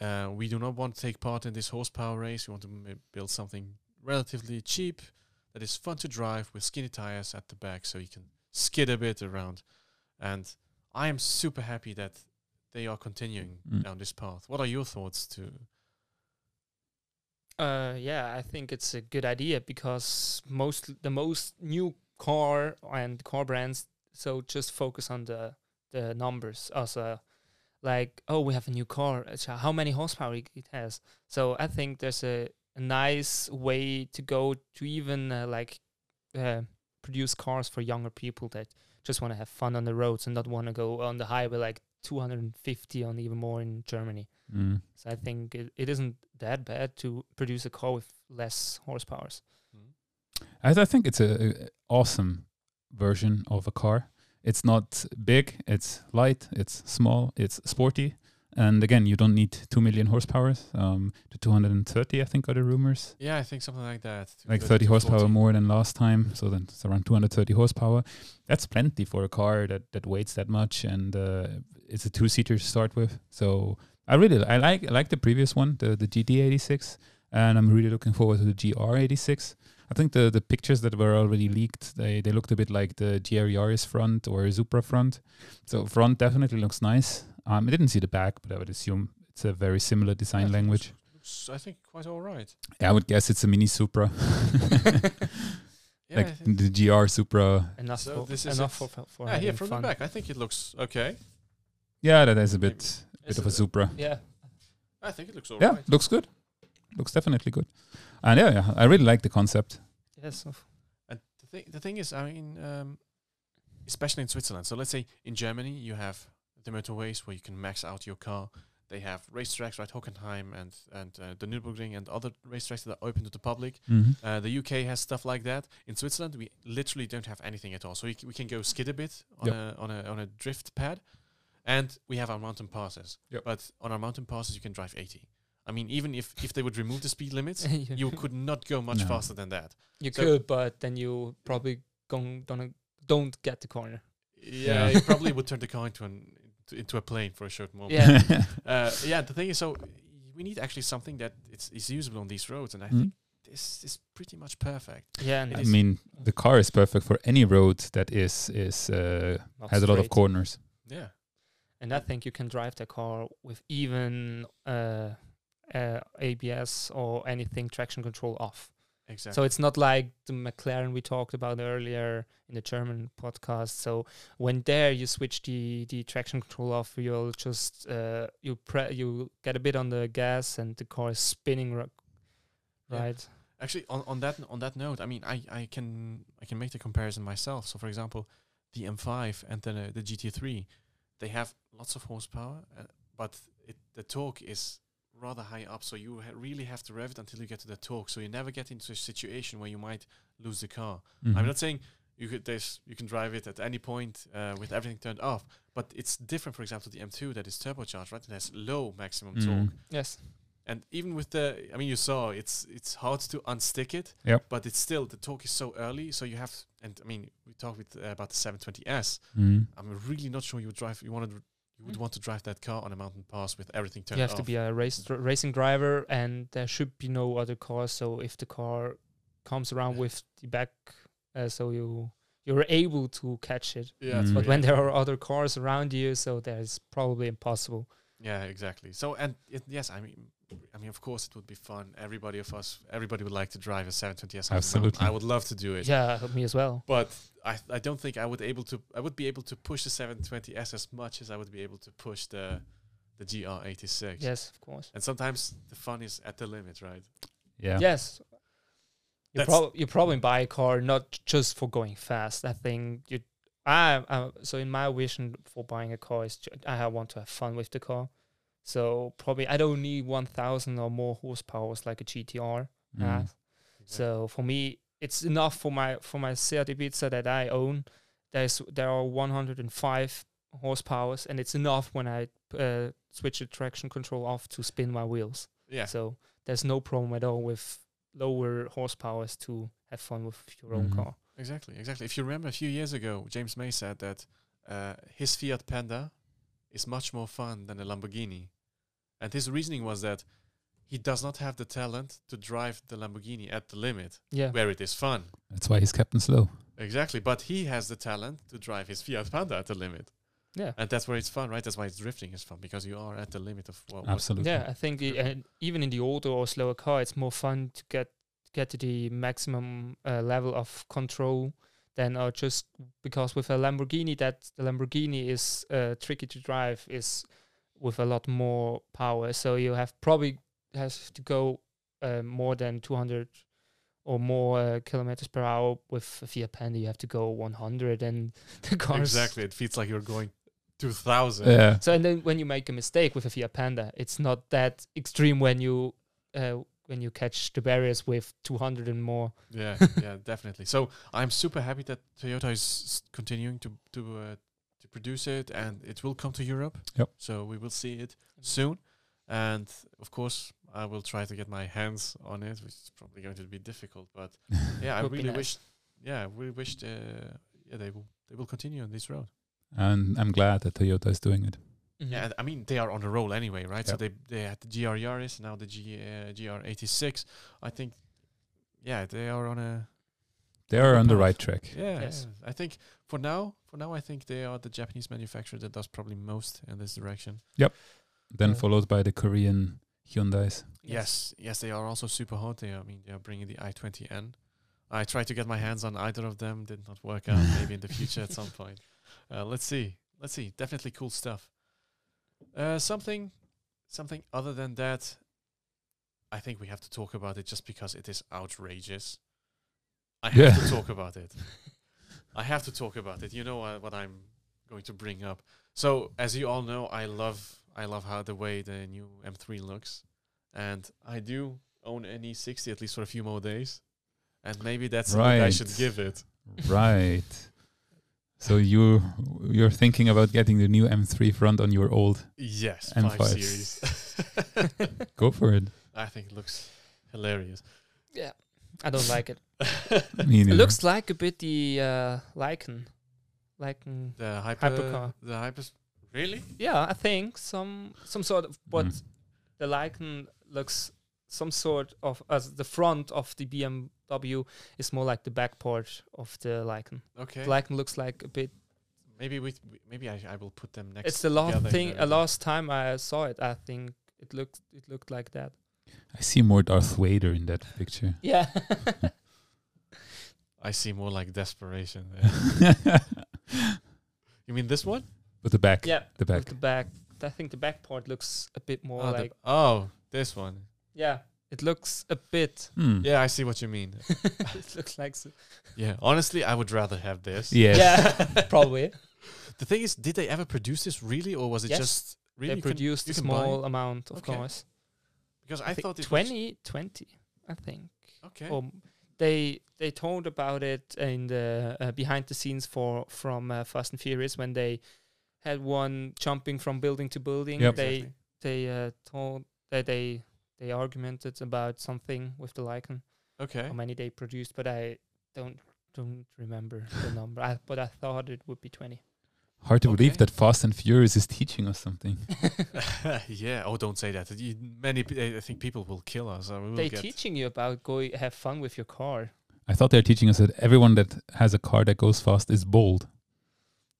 uh, we do not want to take part in this horsepower race. We want to m- build something relatively cheap that is fun to drive with skinny tires at the back so you can skid a bit around. And I am super happy that they are continuing Mm. down this path. What are your thoughts to Uh, yeah, I think it's a good idea because most the most new car and car brands so just focus on the the numbers also like oh we have a new car uh, so how many horsepower it it has so I think there's a, a nice way to go to even uh, like uh, produce cars for younger people that just want to have fun on the roads and not want to go on the highway like 250 and even more in Germany. Mm. So I think it, it isn't that bad to produce a car with less horsepowers. I, I think it's a, a awesome version of a car. It's not big, it's light, it's small, it's sporty. And again, you don't need 2 million horsepower. Um, the 230, I think, are the rumors. Yeah, I think something like that. like 30 horsepower more than last time so then it's around 230 horsepower that's plenty for a car that that weighs that much and uh, it's a two-seater to start with so i really i like I like the previous one the, the gt86 and i'm really looking forward to the gr86 i think the the pictures that were already leaked they they looked a bit like the gr yaris front or supra front so front definitely looks nice um, i didn't see the back but i would assume it's a very similar design language I think quite all right. i would guess it's a mini supra [laughs] Yeah, I like think- the GR Supra. Enough So for this is enough it. for for, for yeah, here having from fun. the back, I think it looks okay. Yeah, that is a bit, bit It's of a Supra. Yeah, I think it looks all right. Yeah, looks good. Looks definitely good. And yeah, yeah, I really like the concept. yes, of- And the thing, the thing is, I mean, um, especially in Switzerland. So let's say in Germany, you have the motorways where you can max out your car. They have racetracks, right? Hockenheim and and uh, the Nürburgring and other racetracks that are open to the public. Mm-hmm. Uh, the UK has stuff like that. In Switzerland, we literally don't have anything at all. So we, c- we can go skid a bit on, Yep. a, on a on a drift pad, and we have our mountain passes. Yep. But on our mountain passes, you can drive 80. I mean, even if if they would remove the speed [laughs] limits, [laughs] you [laughs] you could not go much No. faster than that. you so- could, but then you probably gon- gonna don't get the corner. Yeah, Yeah. you probably would turn the car into an into a plane for a short moment. [laughs] Yeah. Uh, yeah, the thing is, so we need actually something that it's is usable on these roads, and I Mm. think this is pretty much perfect. Yeah, and It I is- mean, the car is perfect for any road that is is uh, not has a lot of straight. corners. Yeah, And I think you can drive the car with even uh, uh, ABS or anything traction control off. exactly. So it's not like the McLaren we talked about earlier in the German podcast. So when there you switch the, the traction control off, you'll just uh, you pre- you get a bit on the gas and the car is spinning ro- Yeah. right. Actually, on, on that on that note, I mean, I, I can I can make the comparison myself. So, for example, the M5 and then uh, the GT3, they have lots of horsepower, uh, but it, the torque is rather high up. So you ha- really have to rev it until you get to the torque. So you never get into a situation where you might lose the car. Mm-hmm. Mm-hmm. I'm not saying you could there's you can drive it at any point uh, with everything turned off, but it's different. For example, the M2 that is turbocharged, right? It has low maximum Mm-hmm. torque. Mm-hmm. Yes. And even with the, I mean, you saw it's it's hard to unstick it. Yep. But it's still the talk is so early, so you have. And I mean, we talked with uh, about the 720s. Mm-hmm. I'm really not sure you would drive. You wanted you would Mm. want to drive that car on a mountain pass with everything turned you have off. to be a race dr- racing driver, and there should be no other car. So if the car comes around Yeah. with the back, uh, so you you're able to catch it. yeah, it's But Mm. very- when there are other cars around you, so that's probably impossible. yeah, exactly. So and it, yes, I mean, I mean, of course, it would be fun. Everybody of us, everybody would like to drive a 720s. on a mountain. Absolutely. I would love to do it. Yeah, me as well. But I, I don't think I would able to. I would be able to push the 720s as much as I would be able to push the the GR86. Yes, of course. And sometimes the fun is at the limit, right? Yeah. Yes. You, That's- prob- you probably buy a car not j- just for going fast. I think you. I, I so in my vision for buying a car is ju- I want to have fun with the car, so probably I don't need one thousand or more horsepowers like a GTR Mm. has. So for me, it's enough for my for my Seat Ibiza that I own. There's there are 105 horsepowers, and it's enough when I uh, switch the traction control off to spin my wheels. Yeah. So there's no problem at all with lower horsepowers to have fun with your own Mhm. car. Exactly, exactly. If you remember a few years ago, James May said that uh, his Fiat Panda is much more fun than a Lamborghini. And his reasoning was that he does not have the talent to drive the Lamborghini at the limit Yeah. where it is fun. That's why he's Captain Oh, Slow. Exactly. But he has the talent to drive his Fiat Panda at the limit. Yeah. And that's where it's fun, right? That's why it's drifting is fun because you are at the limit of what, what Absolutely. Yeah, I think the, and even in the older or slower car, it's more fun to get get to the maximum uh, level of control than uh, just because with a Lamborghini, that the Lamborghini is uh, tricky to drive, is with a lot more power. So you have probably has to go uh, more than 200 or more uh, kilometers per hour. With a Fiat Panda, you have to go 100, and [laughs] the cars exactly. It feels like you're going two thousand. Yeah. so and then when you make a mistake with a Fiat Panda, it's not that extreme when you uh, when you catch the barriers with 200 and more. Yeah, yeah, definitely. So I'm super happy that Toyota is s- continuing to to uh, to produce it, and it will come to Europe. Yep. So we will see it Mm-hmm. soon, and of course I will try to get my hands on it, which is probably going to be difficult. But [laughs] yeah, I Would be really nice. wish. Yeah, I really wish. Uh, yeah, they will. They will continue on this road. [laughs] And I'm glad that Toyota is doing it. Mm-hmm. Yeah, [laughs] and I mean they are on a roll anyway, right? So Yep. they they had the GR Yaris, now the G, uh, GR86. I think, yeah, they are on a They are on the Powerful. right track. Yeah, Yes. yeah. I think for now, for now, I think they are the Japanese manufacturer that does probably most in this direction. Then Uh, followed by the Korean Hyundai's. Yes, yes, they are also super hot. They, are, I mean, they are bringing the i20n. I tried to get my hands on either of them, did not work out. Maybe in the future at some point. Uh, let's see, let's see. Definitely cool stuff. Uh, something, something other than that. I think we have to talk about it just because it is outrageous. I have Yeah. to talk about it. I have to talk about it. You know uh, what I'm going to bring up. So, as you all know, I love I love how the way the new M3 looks, and I do own an E60 at least for a few more days, and maybe that's the look I Right. should give it. right. So you you're thinking about getting the new M3 front on your old Yes, M5 five series. [laughs] Go for it. I think it looks hilarious. [laughs] yeah, I don't like it. Me It neither. looks like a bit the uh, Lycan. Lycan. the hyper, Hypercar. the hyper. Really? Yeah, I think some some sort of but Mm. the Lycan looks some sort of as the front of the BMW is more like the back part of the Lycan. Okay. The Lycan looks like a bit. maybe we. Maybe I, I will put them next. It's the last together in thing. a- Uh, last time I saw it, I think it looked it looked like that. I see more Darth Vader in that picture. Yeah. [laughs] I see more like desperation. there. but you mean this one? the back. yeah. The with back. The back. I think the back part looks a bit more oh, the- like oh, this one. Ah, yeah. It looks a bit. [laughs] Hmm. Yeah, I see what you mean. it looks like so. yeah, honestly, I would rather have this. [laughs] Yes. yeah, probably. The thing is, did they ever produce this really, or was it Yes, just really? they you can- produced you a can buy small amount of Okay. cars. because I, think thought it was- 20, 20, I think. okay. Or m- Um, they they told about it in the uh, behind the scenes for from uh, Fast and Furious when they had one jumping from building to building. Yep. They Exactly. they uh, told that they they argumented about something with the Lycan Okay. how many they produced, but I don't don't remember [laughs] the number. I, but I thought it would be twenty. Hard to believe Okay. that Fast and Furious is teaching us something. [laughs] yeah. Oh, don't say that. You, many, pe- I think people will kill us. or we will they get- teaching you about go have fun with your car. I thought they're teaching us that everyone that has a car that goes fast is bold.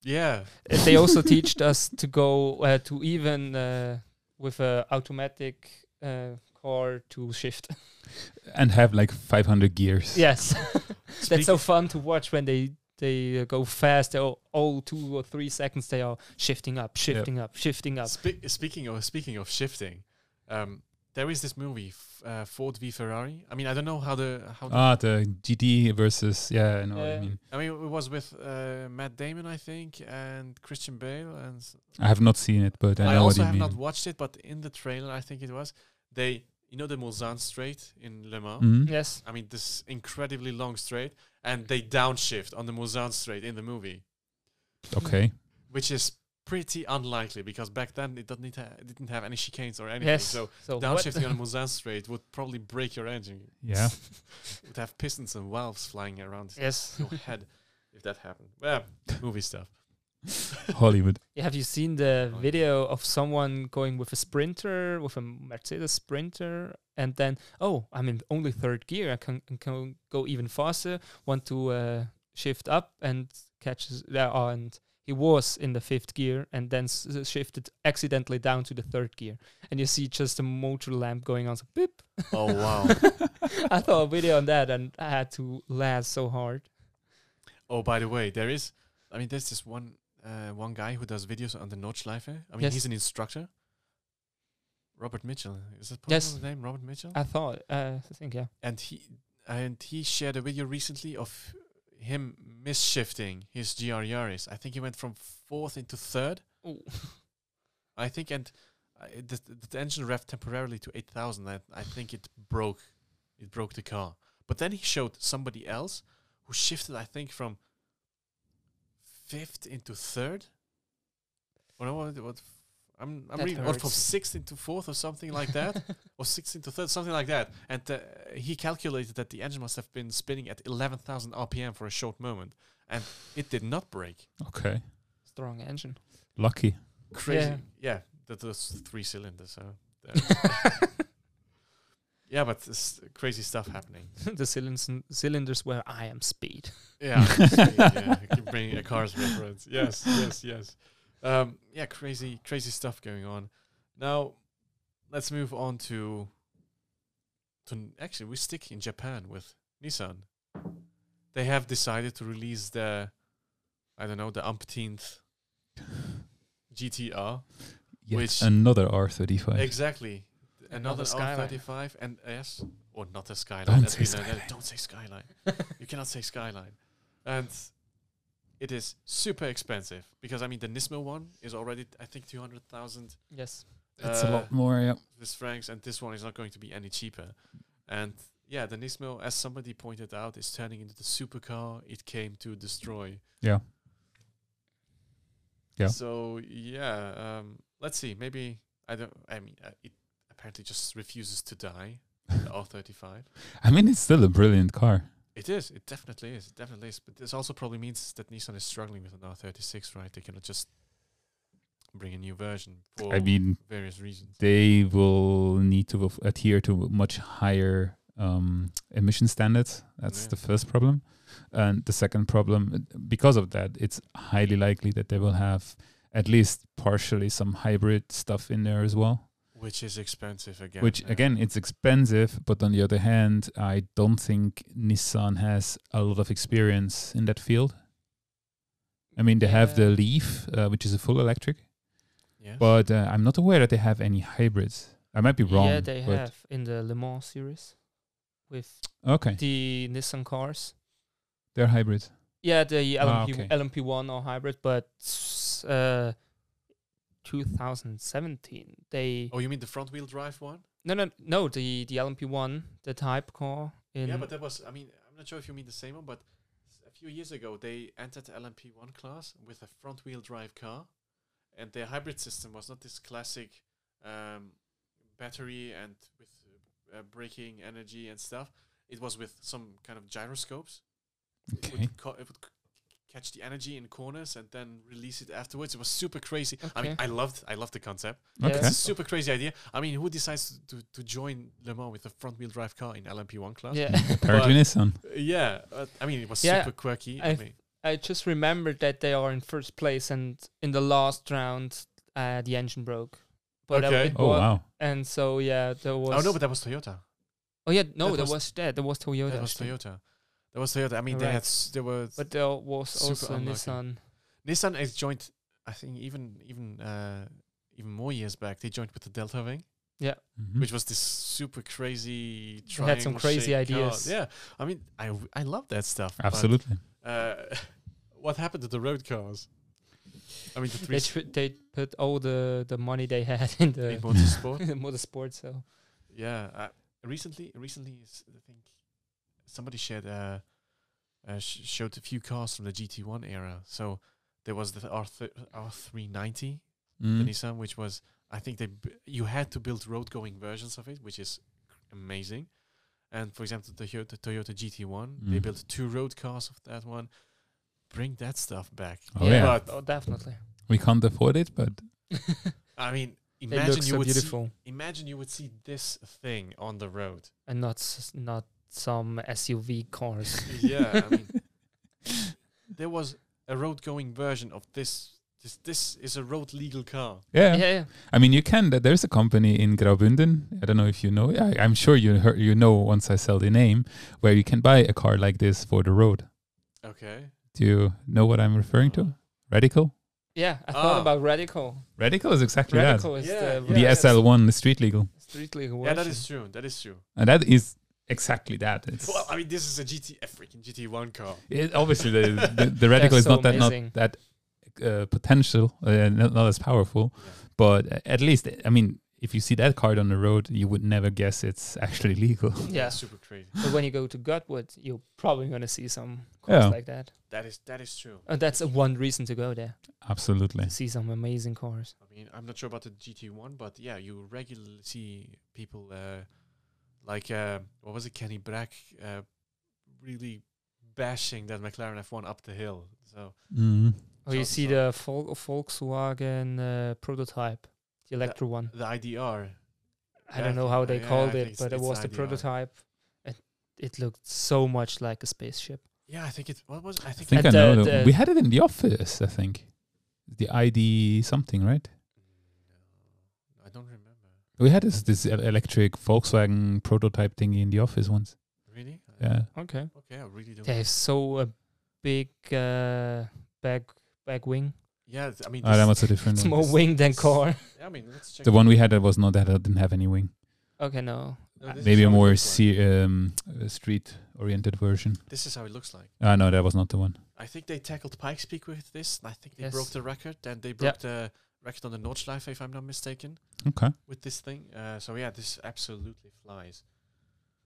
Yeah. Uh, they [laughs] also teached us to go uh, to even uh, with a automatic uh, car to shift. [laughs] and have like 500 gears. yes, Speak- [laughs] that's [laughs] so fun to watch when they they uh, go fast. They all, all two or three seconds they are shifting up, shifting up, shifting up. Spe- speaking of speaking of shifting, um, there is this movie, F- uh, Ford v Ferrari. I mean, I don't know how the how. The, Ah, the GT versus yeah, I know what Uh, you mean. I mean, it was with uh, Matt Damon, I think, and Christian Bale, and s- I have not seen it, but I, I know what also you have mean. not watched it. But in the trailer, I think it was they, you know, the Mulsanne Strait in Le Mans. Mhm. Yes, I mean, this incredibly long straight, and they downshift on the Mulsanne Strait in the movie, Okay. which is pretty unlikely because back then it didn't ha- didn't have any chicanes or anything. yes. So so what- downshifting [laughs] on the Mulsanne Strait would probably break your engine. Yeah. would have pistons and valves flying around yes. your head if that happened. Well, movie [laughs] stuff. Hollywood. Yeah, Have you seen the Oh, yeah. video of someone going with a sprinter, with a Mercedes sprinter, and then, oh, I'm in only third gear. I can, I can go even faster, want to uh, shift up and catches. Uh, oh, and he was in the fifth gear and then s- s- shifted accidentally down to the third gear. And you see just a motor lamp going on. So beep. Oh wow. [laughs] I saw a video on that and I had to laugh so hard. oh, by the way, there is. I mean, there's this one uh, one guy who does videos on the Nordschleife. I mean, Yes. he's an instructor. Robert Mitchell is that Yes. possible the name? Robert Mitchell. I thought, uh, I think, yeah. and he and he shared a video recently of him misshifting his GR Yaris. I think he went from fourth into third. Ooh. I think, and uh, it- the, the engine revved temporarily to eight thousand. I, I think it broke, it broke the car. But then he showed somebody else who shifted. I think from fifth into third. Or no, what? what I'm, I'm That reading or from hurts. sixth into fourth or something like that or 16 to 3rd, something like that. And uh, he calculated that the engine must have been spinning at 11,000 RPM for a short moment, and it did not break. Okay. [laughs] Strong engine. Lucky. Crazy. Yeah, Yeah. that was three cylinders. So [laughs] there. yeah, but it's crazy stuff happening. [laughs] the cylinders, cylinders where I am speed. Yeah, [laughs] yeah. I keep bringing a car's reference. Yes, yes, yes. Um, yeah, crazy, crazy stuff going on. Now, let's move on to. To actually, we stick in Japan with Nissan. They have decided to release the, I don't know, the umpteenth GTR. Yet Which- another R35. Exactly. Another Another Skyline. R35 and S, or not a Skyline. Don't as say we know that- Skyline. Don't say Skyline. you cannot say Skyline. And it is super expensive because I mean the Nismo one is already I think 200,000 [laughs] yes. it's a uh, lot more. Yeah. Swiss francs and this one is not going to be any cheaper. And yeah, the Nismo as somebody pointed out is turning into the supercar it came to destroy. Yeah. Yeah. So yeah, um let's see. Maybe I don't I mean uh, it apparently just refuses to die. The R35. I mean, it's still a brilliant car. It is. It definitely is. It definitely is. But this also probably means that Nissan is struggling with an R36, right? They cannot just bring a new version for I mean, various reasons. they will need to af- adhere to much higher um, emission standards. That's Yeah. the first problem. And the second problem, uh, because of that, it's highly likely that they will have at least partially some hybrid stuff in there as well. Which is expensive again. Which yeah. again, it's expensive, but on the other hand, I don't think Nissan has a lot of experience in that field. I mean, they have the Yeah. Leaf, uh, which is a full electric, Yes. but uh, I'm not aware that they have any hybrids. I might be wrong. yeah, they but- have in the Le Mans series with Okay, the Nissan cars. they're hybrids. Yeah, the Ah, LMP okay. LMP1 or hybrid, but s- uh, 2017 they oh, you mean the front wheel drive one? no no no the the LMP1 the type car in Yeah, but that was, I mean, I'm not sure if you mean the same one, but s- a few years ago they entered the LMP1 class with a front wheel drive car, and their hybrid system was not this classic um, battery and with uh, braking energy and stuff. It was with some kind of gyroscopes. It Okay. would, co- it would c- catch the energy in corners and then release it afterwards. It was super crazy. I mean, Okay. I loved, I loved the concept. Yeah, Okay. It's a super crazy idea. I mean, who decides to, to join Le Mans with a front wheel drive car in LMP1 class? yeah. Apparently But- Nissan. Yeah, uh, I mean, it was Yeah, super quirky. I I've- mean, [laughs] I just remembered that they are in first place, and in the last round, uh, the engine broke. But that- Okay. it Oh wa- wow. And so yeah, there was. oh no, but that was Toyota. oh yeah, no, that there was- was that. There was Toyota. That was actually. Toyota. That was Toyota. I mean, they Right. had s- there were But there was Super also unlucky. Nissan. Nissan has joined. I think even even uh, even more years back, they joined with the Delta Wing, Mhm. which was this super crazy. They Hmm. had some crazy triangle-shaped car. ideas. Yeah, I mean, I w- I love that stuff. but, Absolutely. uh, [laughs] what happened to the road cars? I mean, the three They, s- tr- they put all the, the money they had in in the motorsport. [laughs] [laughs] in the motorsport. So Yeah, uh, recently, recently, s- I think somebody shared uh, uh, sh- showed a few cars from the GT1 era. So there was the R R390, the Mm-hmm. Mm. Nissan, which was I think they b- you had to build road going versions of it, which is amazing. And for example, the Toyota, Toyota GT1, they Mm-hmm. Mm. built two road cars of that one. Bring that stuff back. Oh yeah. But- oh definitely. We can't afford it, but I mean, [laughs] it imagine looks you so would see, beautiful, imagine you would see this thing on the [laughs] road. and not s- not some SUV cars. [laughs] yeah, I mean, there was a road going version of this. This this is a road legal car. yeah. [laughs] yeah, yeah. I mean, you can. th- There's a company in Graubünden. I don't know if you know. I, I'm sure you heard, you know. Once I sell the name, where you can buy a car like this for the road. Okay. Do you know what I'm referring to? Radical. Yeah, I thought Ah. about Radical. Radical is exactly Radical is Yeah, the yeah. that. The yes. SL1, the street legal, street legal Yeah, that version. is true. That is true. and that is exactly that. It's Well, I mean, this is a GT, a freaking GT one car. it, obviously the, the, the radical is so not that amazing. not that uh, potential, uh, not, not as powerful. but a- at least i mean if you see that card on the road you would never guess it's actually legal [laughs] Yeah. super crazy. But when you go to Godwood, you're probably going to see some cars Yeah. like that. That is that is true. And that's uh, one reason to go there absolutely to see some amazing cars. I mean, I'm not sure about the GT one, but yeah, you regularly see people uh, like uh, what was it, Kenny Brack, uh, really bashing that McLaren F1 up the hill. So mm. Or Oh, you So- see so- the Vol- Volkswagen uh, prototype, the electro one. the IDR, I don't yeah, know how they yeah, I called think it, it's- but it it's was the IDR. prototype. It, it looked so much like a spaceship. yeah, I think it. What was it? I i think think i And know the- the- the- we had it in the office i think the id something right No, I don't remember. we had this, this el- electric volkswagen prototype thingy in the office once Really? I- yeah Okay. Okay, I really don't. They have so a big uh, back back wing. Yeah, th- I mean, oh, that this- was a different It's one. more wing [laughs] than car. yeah, I mean, let's check. the one we had that was not that that didn't have any wing Okay, no. No, this is maybe a how it more looks like. se- um, uh, street oriented version This is how it looks like. ah no that was not the one I think they tackled Pikes Peak with this. And I think they broke Yes. the record, and they broke the record on the Nordschleife, if I'm not mistaken, okay with this thing. Uh, so yeah, this absolutely [laughs] flies.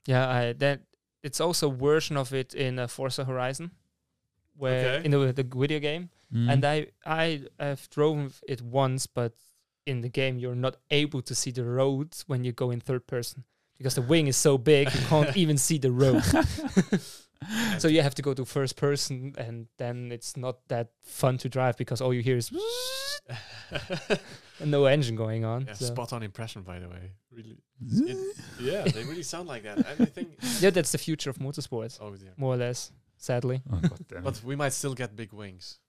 Yeah, I, that it's also a version of it in uh, Forza Horizon, where Okay. in the, the video game. Mm. And I I have driven it once, but in the game you're not able to see the road when you go in third person because the wing is so big you can't even see the road. so you have to go to first person and then it's not that fun to drive because all you hear is [laughs] and no engine going on. Yeah, so- Spot on impression, by the way. Really? It- Yeah, they really sound like that. And I think. yeah, that's the future of motorsports, [laughs] Oh dear. more or less, sadly. Oh, God [laughs] damn it. But we might still get big wings.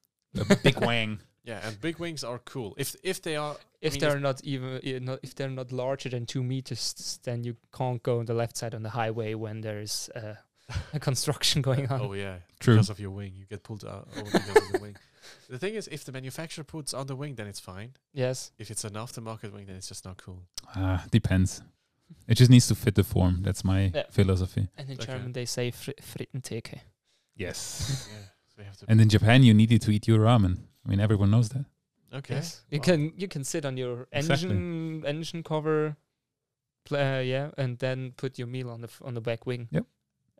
A big wang. Yeah, and big wings are cool. If if they are, If mean, they're not even i- not, if they're not larger than two meters, s- then you can't go on the left side on the highway when there's uh, a [laughs] construction going on. oh [laughs] yeah, True. because of your wing, you get pulled out over because of the wing. The thing is, if the manufacturer puts on the wing, then it's fine. Yes, If it's an aftermarket wing, then it's just not cool. Ah, depends. It just needs to fit the form. That's my Yeah. philosophy. and in Okay. German they say fri- Frittenteke. Yes. Yeah, so you have to. [laughs] and in Japan, you needed to eat your ramen. I mean, everyone knows that. okay, you well, can you can sit on your Exactly. engine engine cover, pl- uh, yeah, and then put your meal on the f- on the back wing. Yep.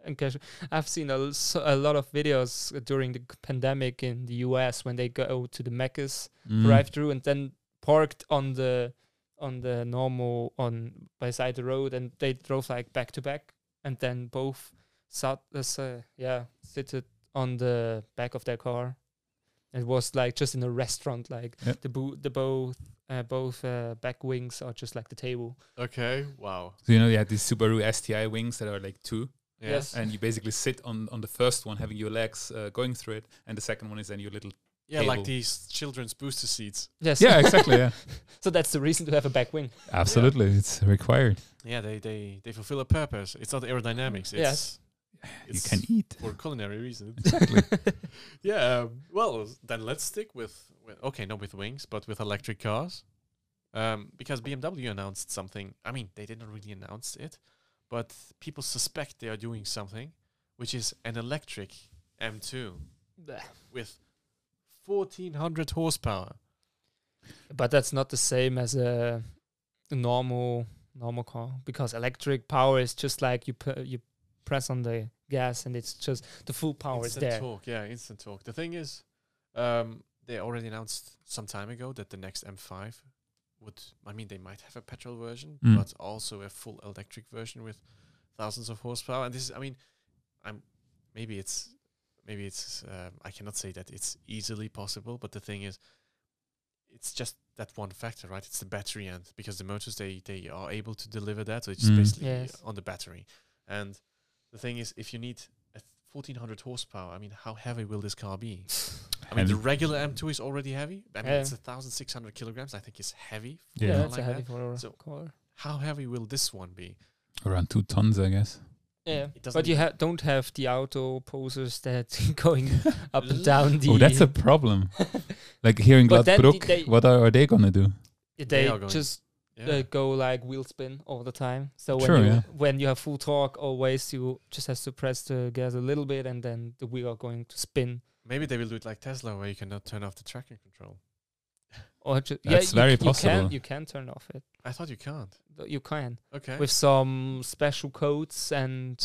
And cash- I've seen a, l- so- a lot of videos during the c- pandemic in the U.S. when they go to the Meccas Mm. drive through and then parked on the on the normal on by side the road and they drove like back to back and then both sat uh, s- uh, yeah seated on the back of their car it was like just in a restaurant like Yep. the bo- the both uh, both uh, back wings are just like the table Okay, wow. So you know, they had these Subaru STI wings that are like two, Yeah. Yes. and you basically sit on on the first one, having your legs uh, going through it, and the second one is then your little. Yeah, like Table. these children's booster seats. yes [laughs] exactly. [laughs] [laughs] Yeah, so that's the reason to have a back wing absolutely. It's required. Yeah, they they they fulfill a purpose. It's not aerodynamics. It's Yes. It's you can eat. for culinary reasons. [laughs] [laughs] Exactly. [laughs] yeah. Um, well, then let's stick with, with okay, not with wings, but with electric cars, um, because BMW announced something. I mean, they didn't really announce it, but people suspect they are doing something, which is an electric M2 Bleh. with 1400 horsepower. but that's not the same as a normal normal car because electric power is just like you pu- you press on the gas and it's just the full power is instant there. torque, yeah, instant torque. The thing is, um, they already announced some time ago that the next M5 would. I mean, they might have a petrol version, Mm. but also a full electric version with thousands of horsepower. And this is, I mean, I'm maybe it's maybe it's. Um, I cannot say that it's easily possible, but the thing is, it's just that one factor, right? It's the battery end because the motors they they are able to deliver that, so it's Mm. basically Yes. on the battery. And the thing is, if you need a 1400 horsepower, I mean, how heavy will this car be? I mean, the Heavy. regular M2 is already heavy. I mean, Yeah. it's 1,600 kilograms. I think it's heavy. Yeah, Yeah. Not that's like a heavy that. for a So- car. How heavy will this one be? Around two tons, I guess. Yeah, It doesn't but you ha- don't have the auto posers that [laughs] [laughs] going up and down the. Oh, that's a [laughs] problem. like here in But then the- Gladbrook, they- what are, are they gonna do? they are going- just Yeah. uh, go like wheel spin all the time. So when Sure, you yeah. when you have full torque, always you just has to press the gas a little bit, and then the wheel are going to spin. Maybe they will do it like Tesla, where you cannot turn off the tracking control. Or ju- That's yeah, very you, c- You possible. can, you can turn off it. I thought you can't. Th- You can Okay. with some special codes and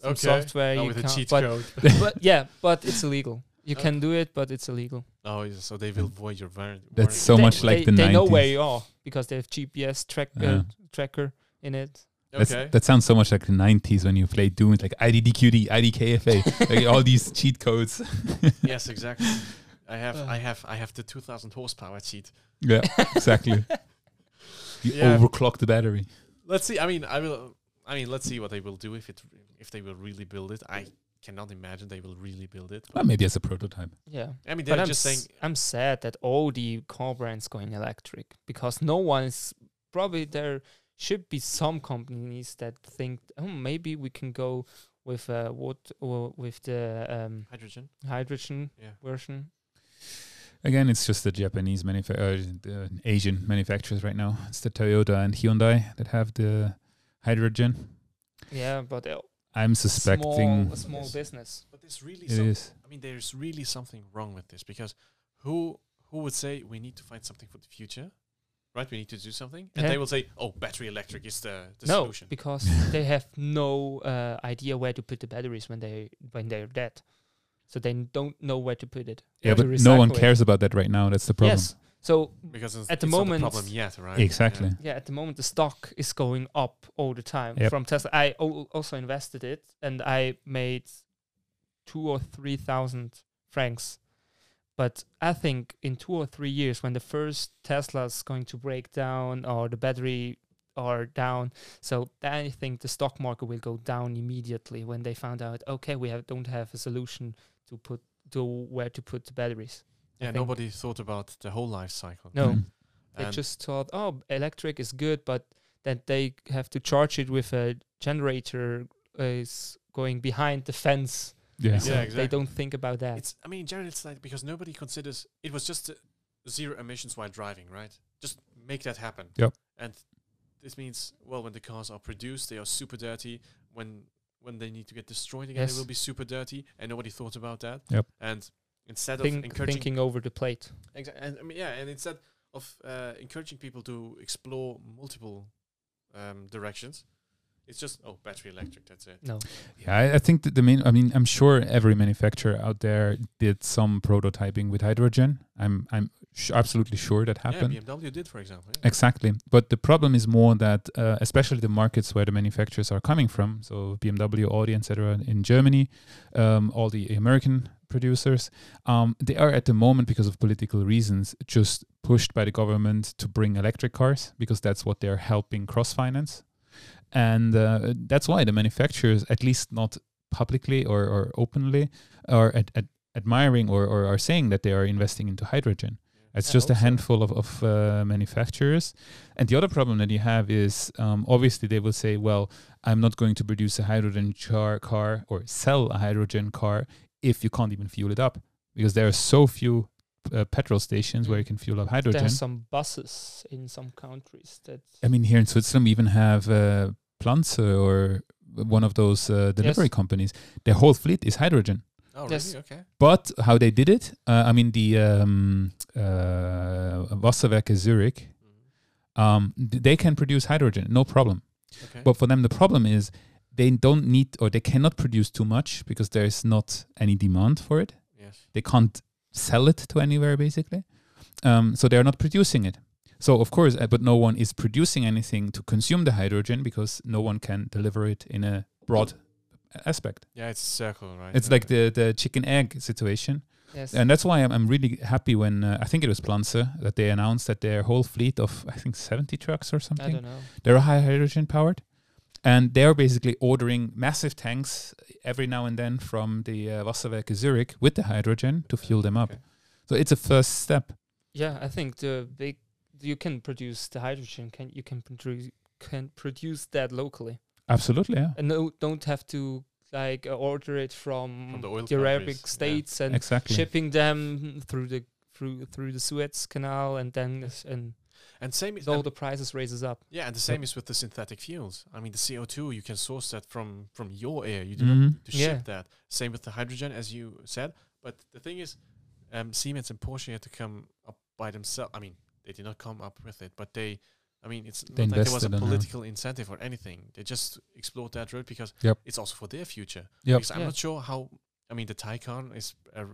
some Okay. software. Oh, you with a can't- cheat but, code. [laughs] but yeah, but it's illegal. You Oh. can do it, but it's illegal. oh, yeah, so they will void your warranty. That's so They- much like they, the they know where 90s. you are because they have GPS track Yeah. uh, tracker in it. Okay. That's, that sounds so much like the 90s when you played Doom, it's like IDDQD, IDKFA, like all these cheat codes. [laughs] yes, exactly. I [sighs] have, Uh. I have, I have the 2,000 horsepower cheat. Yeah, [laughs] exactly. You Yeah. overclock the battery. let's see. I mean, I will. I mean, let's see what they will do if it if they will really build it. I cannot imagine they will really build it. Well, maybe as a prototype. Yeah, I mean, but they're I'm just saying. s- I'm sad that all the car brands going electric because no one is probably there. Should be some companies that think oh, maybe we can go with uh, what or with the um, Hydrogen. hydrogen Yeah. version. Again, it's just the Japanese manufa- uh, the Asian manufacturers right now. It's the Toyota and Hyundai that have the hydrogen. Yeah, but uh, I'm suspecting small, a small Yes. business. But there's really. it Some, is. I mean, there's really something wrong with this because who who would say we need to find something for the future, right? We need to do something, and Yeah. they will say, "Oh, battery electric is the, the no, solution." because [laughs] they have no uh, idea where to put the batteries when they when they're dead, so they don't know where to put it. Yeah, where but to no one recycle it. cares about that right now. That's the problem. Yes, So Because it's, At the it's not moment- problem yet, right? Exactly. yeah, at the moment the stock is going up all the time Yep. from Tesla. I al- also invested it, and I made two or three thousand francs. But I think in two or three years, when the first Tesla's going to break down or the battery are down, so then I think the stock market will go down immediately when they found out. Okay, we have, don't have a solution to put to where to put the batteries. Yeah, think- nobody thought about the whole life cycle. No, Mm. They And- just thought, oh, electric is good, but that they have to charge it with a generator uh, is going behind the fence. Yeah. Yeah. exactly. They don't think about that. It's I mean, generally it's like because nobody considers it was just uh, zero emissions while driving, right? Just make that happen. Yep. And this means well, when the cars are produced, they are super dirty. When when they need to get destroyed again, Yes. they will be super dirty, and nobody thought about that. Yep. And instead of think, encouraging, thinking over the plate. Exa- and I mean, yeah, and instead of uh, encouraging people to explore multiple um, directions, it's just oh, battery electric. That's it. No. Yeah, I, I think that the main. I mean, I'm sure every manufacturer out there did some prototyping with hydrogen. I'm I'm sh- absolutely sure that happened. Yeah, BMW did, for example. yeah. Exactly, but the problem is more that, uh, especially the markets where the manufacturers are coming from, so BMW, Audi, etc., in Germany, um, all the American producers, um, they are at the moment because of political reasons just pushed by the government to bring electric cars because that's what they're helping cross finance and uh, that's why the manufacturers, at least not publicly or, or openly, are ad- ad- admiring or, or are saying that they are investing into hydrogen. It's I just a hope so. handful of, of uh, manufacturers. And the other problem that you have is um, obviously they will say, well, I'm not going to produce a hydrogen char- car or sell a hydrogen car if you can't even fuel it up because there are so few uh, petrol stations where you can fuel up hydrogen. There are some buses in some countries that. I mean, here in Switzerland, we even have uh, Planze or one of those uh, delivery Yes. companies. Their whole fleet is hydrogen. Oh, Yes. really? Okay. But how they did it, uh, I mean, the um, uh, Wasserwerke Zurich, Mhm. um, th- they can produce hydrogen, no problem. Okay. But for them, the problem is they don't need or they cannot produce too much because there is not any demand for it. yes. They can't sell it to anywhere basically. Um, so they're not producing it. So of course, uh, but no one is producing anything to consume the hydrogen because no one can deliver it in a broad aspect. Yeah, it's circle, right? It's like the the chicken egg situation, Yes. and that's why I'm, I'm really happy when uh, I think it was Planze that they announced that their whole fleet of I think 70 trucks or I something don't know. they're high hydrogen powered and they're basically ordering massive tanks every now and then from the uh, Wasserwerke Zurich with the hydrogen to fuel them up. Okay. So it's a first step. Yeah, I think the big you can produce the hydrogen. Can you can produce can produce that locally Absolutely, yeah. and no don't have to like uh, order it from, From the oil countries, Arabic yeah. states and Exactly. shipping them through the through through the Suez Canal, and then s- and and same is all and- the prices raises up. yeah, and the same is with the synthetic fuels. I mean, the CO two you can source that from from your air. You do not Mhm. need to Yeah. ship that. Same with the hydrogen, as you said. But the thing is, um, Siemens and Porsche had to come up by themselves. I mean, they did not come up with it, but they. I mean, it's They not like there was a invested in, uh, political incentive or anything. They just explored that route because Yep. it's also for their future. Yep. Because I'm Yeah. not sure how. I mean, the Taycan is a r-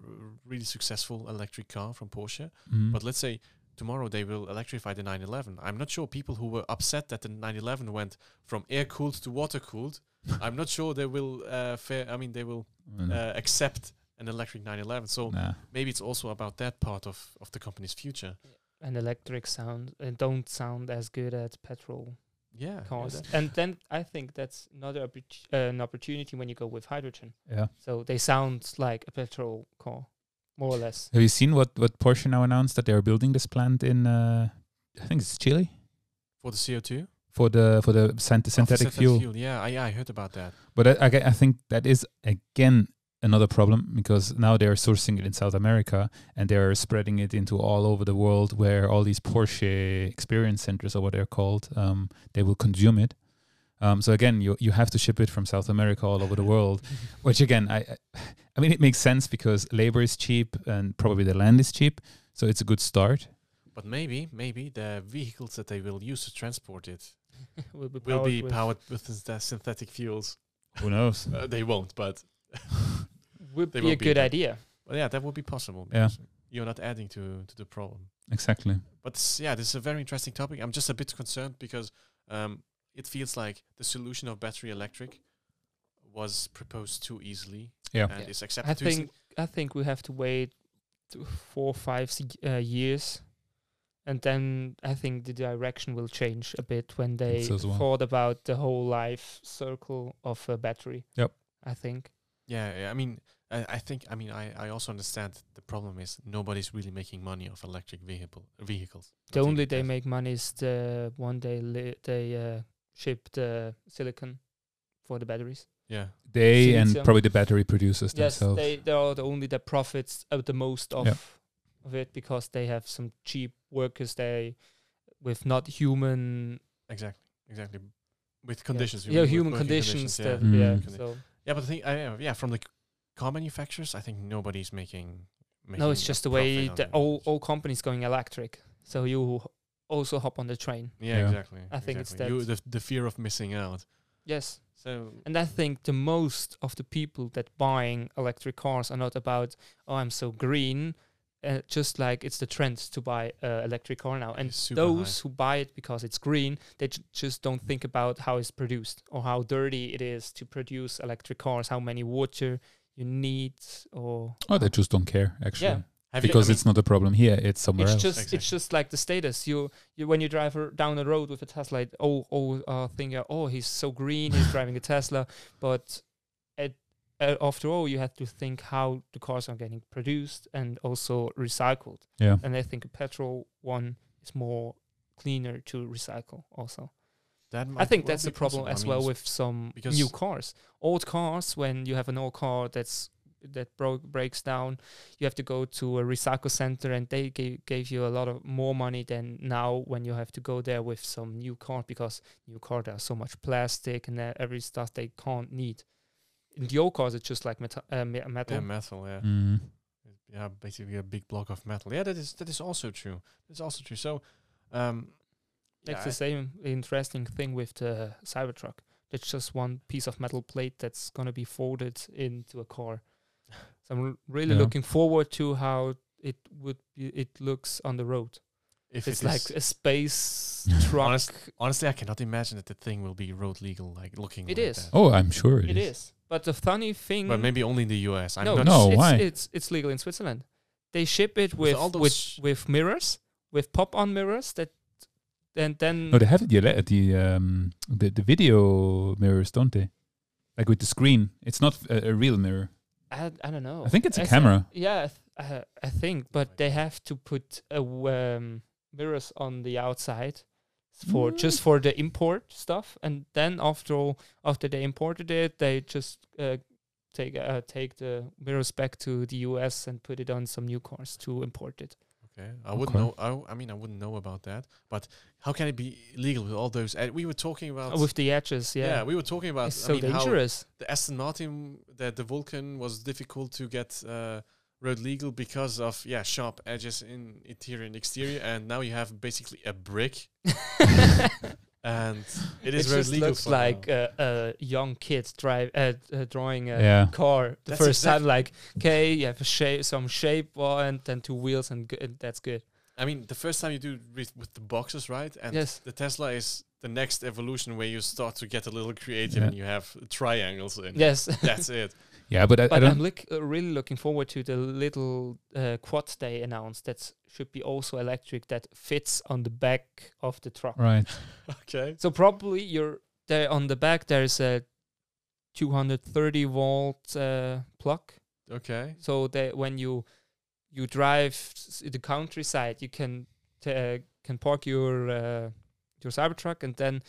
really successful electric car from Porsche. Mhm. But let's say tomorrow they will electrify the 911. I'm not sure people who were upset that the 911 went from air cooled to water cooled. I'm [laughs] not sure they will uh, fair. I mean, they will Mm. uh, accept an electric 911. So Nah. maybe it's also about that part of of the company's future. And electric sound and don't sound as good as petrol Yeah. cars. yes. And then I think that's another oppor- uh, an opportunity when you go with hydrogen. Yeah. So they sound like a petrol car, more or less. [laughs] Have you seen what, what Porsche now announced that they are building this plant in, uh, I think it's Chile? For the CO2 Oh, For the for the synth- for synthetic fuel, Yeah, I, I heard about that. but I, I, I think that is again another problem because now they are sourcing it in South America and they are spreading it into all over the world where all these Porsche experience centers or what they're called um, they will consume it. Um, so again, you you have to ship it from South America all over the [laughs] world, which again I I- I mean it makes sense because labor is cheap and probably the land is cheap, so it's a good start. But maybe, maybe the vehicles that they will use to transport it will be will be with, powered with the synthetic fuels. Who knows? Uh, they won't, but Would they be a won't be good that- idea. Well, yeah, that would be possible. Yeah. because You're not adding to to the problem. [laughs] exactly. But s- yeah, this is a very interesting topic. I'm just a bit concerned because um, it feels like the solution of battery electric was proposed too easily Yeah. and Yeah. is I accepted too easily. think I think we have to wait t- four five s- uh, years, and then I think the direction will change a bit when they so as well. thought about the whole life circle of a battery. Yep. I think Yeah, yeah, I mean, I, I think, I mean, I, I also understand the problem is nobody's really making money off electric vehicle vehicles. the I think only they that- make money is the one they li- they uh, ship the silicon for the batteries. Yeah, They and Silica. probably the battery producers Yes, themselves. they they are the only that profits uh, the most of Yeah. of it because they have some cheap workers they with not human exactly, exactly. With conditions, we yeah, mean, with human working conditions, that, Mm. yeah Condi- so Yeah, but I think, uh, yeah, from the c- car manufacturers, I think nobody's making. making no it's just the way that that all all companies going electric so you also hop on the train Yeah, Yeah. exactly. I think it's exactly. You, that. the, the fear of missing out. yes So and i think the most of the people that buying electric cars are not about oh i'm so green uh, just like it's the trend to buy uh, electric car now and It's super high. those who buy it because it's green they j- just don't think about how it's produced or how dirty it is to produce electric cars how many water you need or oh, they just don't care actually. Yeah. have Because you, I mean, it's not a problem here, it's somewhere it's else. just it's Exactly. just like the status. You, you when you drive ar- down the road with a Tesla, it all all uh, think uh, oh he's so green, he's driving a Tesla. But at, uh, after all, you have to think how the cars are getting produced and also recycled. yeah. And I think a petrol one is more cleaner to recycle. Also, that I might think well that's be the problem possible. I as mean, well s- with some because- new cars. Old cars, when you have an old car that's that broke breaks down, you have to go to a recycle center, and they gave, gave you a lot of more money than now when you have to go there with some new car because new car there's so much plastic and uh, every stuff they can't need. In the old cars, it's just like meta- uh, me- metal. yeah, metal. Yeah. Mm. yeah, basically a big block of metal. Yeah, that is that is also true. That's also true. So, um, That's yeah, the I- same interesting thing with the Cybertruck. That's just one piece of metal plate that's gonna be folded into a car. So I'm r- really Yeah. looking forward to how it would be, it looks on the road. if it's it is- like uh, a [laughs] space truck. Honest- honestly, I cannot imagine that the thing will be road legal, like looking. It like is. that. Oh, I'm sure it is. But the funny thing, but maybe only in the US. I'm no, not. it's, No, it's, why? it's it's legal in Switzerland. They ship it with all with, those- with mirrors, with pop-on mirrors that, and then No, they have the ele- the um the, the video mirrors, don't they? Like with the screen. It's not a, a real mirror. I, I don't know. I think it's a As- camera. Yeah, I, th- uh, I think, but they have to put a w- um, mirrors on the outside for just for the import stuff, and then after all, after they imported it, they just uh, take uh, take the mirrors back to the US and put it on some new cars to import it. Okay, I wouldn't Okay. know. I, w- I mean, I wouldn't know about that. But how can it be legal with all those? And we were talking about. Uh, With the edges, yeah. yeah, we were talking about. it's I so mean, how dangerous. [laughs] the Aston Martin, that the Vulcan was difficult to get uh, road legal because of yeah sharp edges in interior and exterior, and now you have basically a brick, [laughs] and it is it road just legal. looks for now. like a, a young kid drive uh, uh, drawing a Yeah. car the That's first exact- time. Like, okay, you have a shape, some shape, uh, and then two wheels, and, g- and that's good. I mean, the first time you do with, with the boxes, right? And Yes. the Tesla is the next evolution where you start to get a little creative Yeah. and you have triangles in. it. Yes, [laughs] That's it. Yeah, but I, I but don't I'm look, uh, really looking forward to the little uh, quad they announced that should be also electric that fits on the back of the truck. right. Okay. So probably you're there on the back. There is a 230 volt uh, plug. Okay. so that when you you drive s- the countryside, you can t- uh, can park your uh, your Cybertruck and then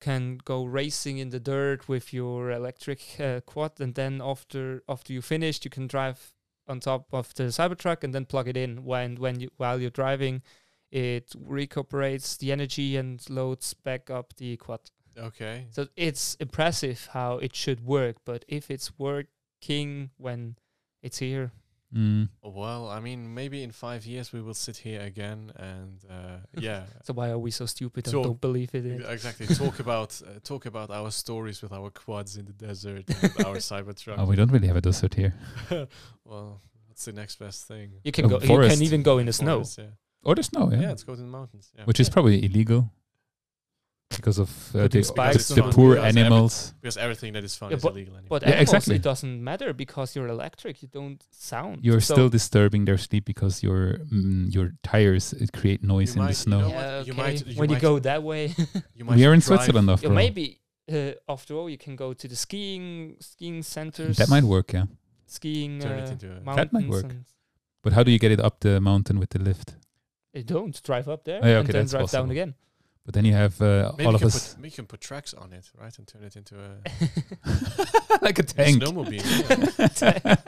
can go racing in the dirt with your electric uh, quad, and then after after you finished, you can drive on top of the Cybertruck and then plug it in when when you while you're driving. It recuperates the energy and loads back up the quad. Okay. So it's impressive how it should work, but if it's working when it's here, Mm. Well, I mean, maybe in five years we will sit here again and [laughs] uh, yeah, so why are we so stupid So- and don't believe it? ex- [laughs] exactly. Talk about uh, talk about our stories with our quads in the desert [laughs] and our Cybertruck. Oh, we don't really have a desert here. [laughs] well, what's the next best thing? You can A go. You forest. can even go in the snow. Forest, yeah. or the snow, yeah, Yeah, it's cold in the mountains. Yeah. which is Yeah. probably illegal because of uh, Putting the, spikes the, the on poor wheels, animals. because everything that is fun Yeah, is but- illegal anyway. But Yeah, animals, exactly. it doesn't matter because you're electric. You don't sound. You're So- still disturbing their sleep because your mm, your tires it create noise in might- the you snow. know Yeah, what? You okay. might- you when you might- go that way, [laughs] You we might are in drive- Switzerland, after yeah, all. maybe uh, after all you can go to the skiing skiing centers. That might work, yeah. skiing Turn it uh, into a- mountains. That might work. and- But how do you get it up the mountain with the lift? They don't drive up there Oh, yeah, and okay, then that's drive possible. down [laughs] again. [laughs] But then you have uh, Maybe all you of can us Put, maybe you can put tracks on it, right, and turn it into a, like a a tank. [laughs] snowmobile. [laughs]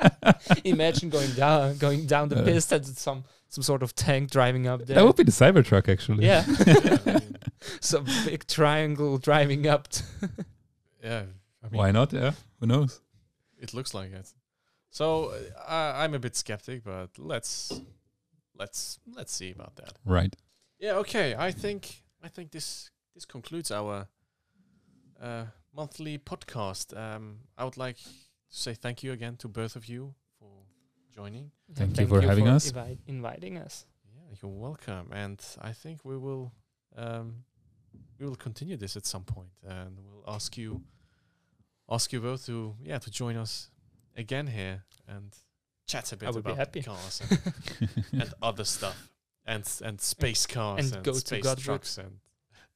Imagine going down going down the Uh, piste and it's some some sort of tank driving up there. That would be the Cybertruck, actually. yeah, Yeah, [laughs] [laughs] yeah, I mean, some [laughs] big triangle driving up. t- yeah, I mean, Why not? Yeah. Who knows? It looks like it. So uh, I, I'm a bit skeptic, but let's let's let's see about that. Right. Yeah. Okay. I think I think this this concludes our uh, monthly podcast. Um, I would like to say thank you again to both of you for joining. Thank you for having us. invi- inviting us. Yeah, you're welcome. And I think we will um, we will continue this at some point, and we'll ask you ask you both to yeah to join us again here and chat a bit would be about happy. cars and, [laughs] and other stuff and s- and space cars and, and go to space Godwood. trucks and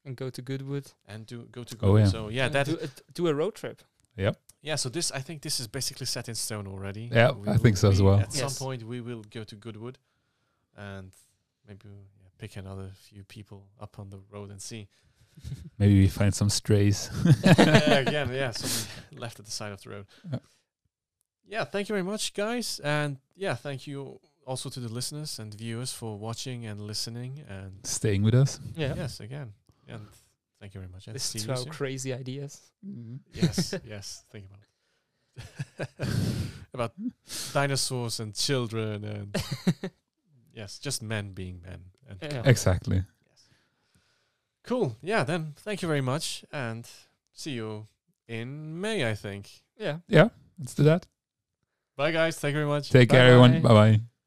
and go to Goodwood. and do go to Oh, Google. yeah. So yeah, and that do a, do a road trip. yeah. So this I think this is basically set in stone already. Yeah, I think so as we- well. At Yes. some point we will go to Goodwood, and maybe we'll, yeah, pick another few people up on the road and [laughs] see. [laughs] Maybe we find some strays. [laughs] yeah, Uh, again, yeah, something [laughs] left at the side of the road. Yeah. Yeah, thank you very much, guys, and yeah, thank you also to the listeners and viewers for watching and listening. And Staying with us. Yeah, yes, again, and thank you very much. And see listen you to our soon. crazy ideas. Yes, yes. Think about it. [laughs] about dinosaurs and children and yes, just men being men. And Yeah. Exactly. cool. Yeah. Then thank you very much, and see you in May, I think. [laughs] yeah. Yeah. Let's do that. Bye, guys. Thank you very much. Take care, everyone. Bye Bye-bye. bye.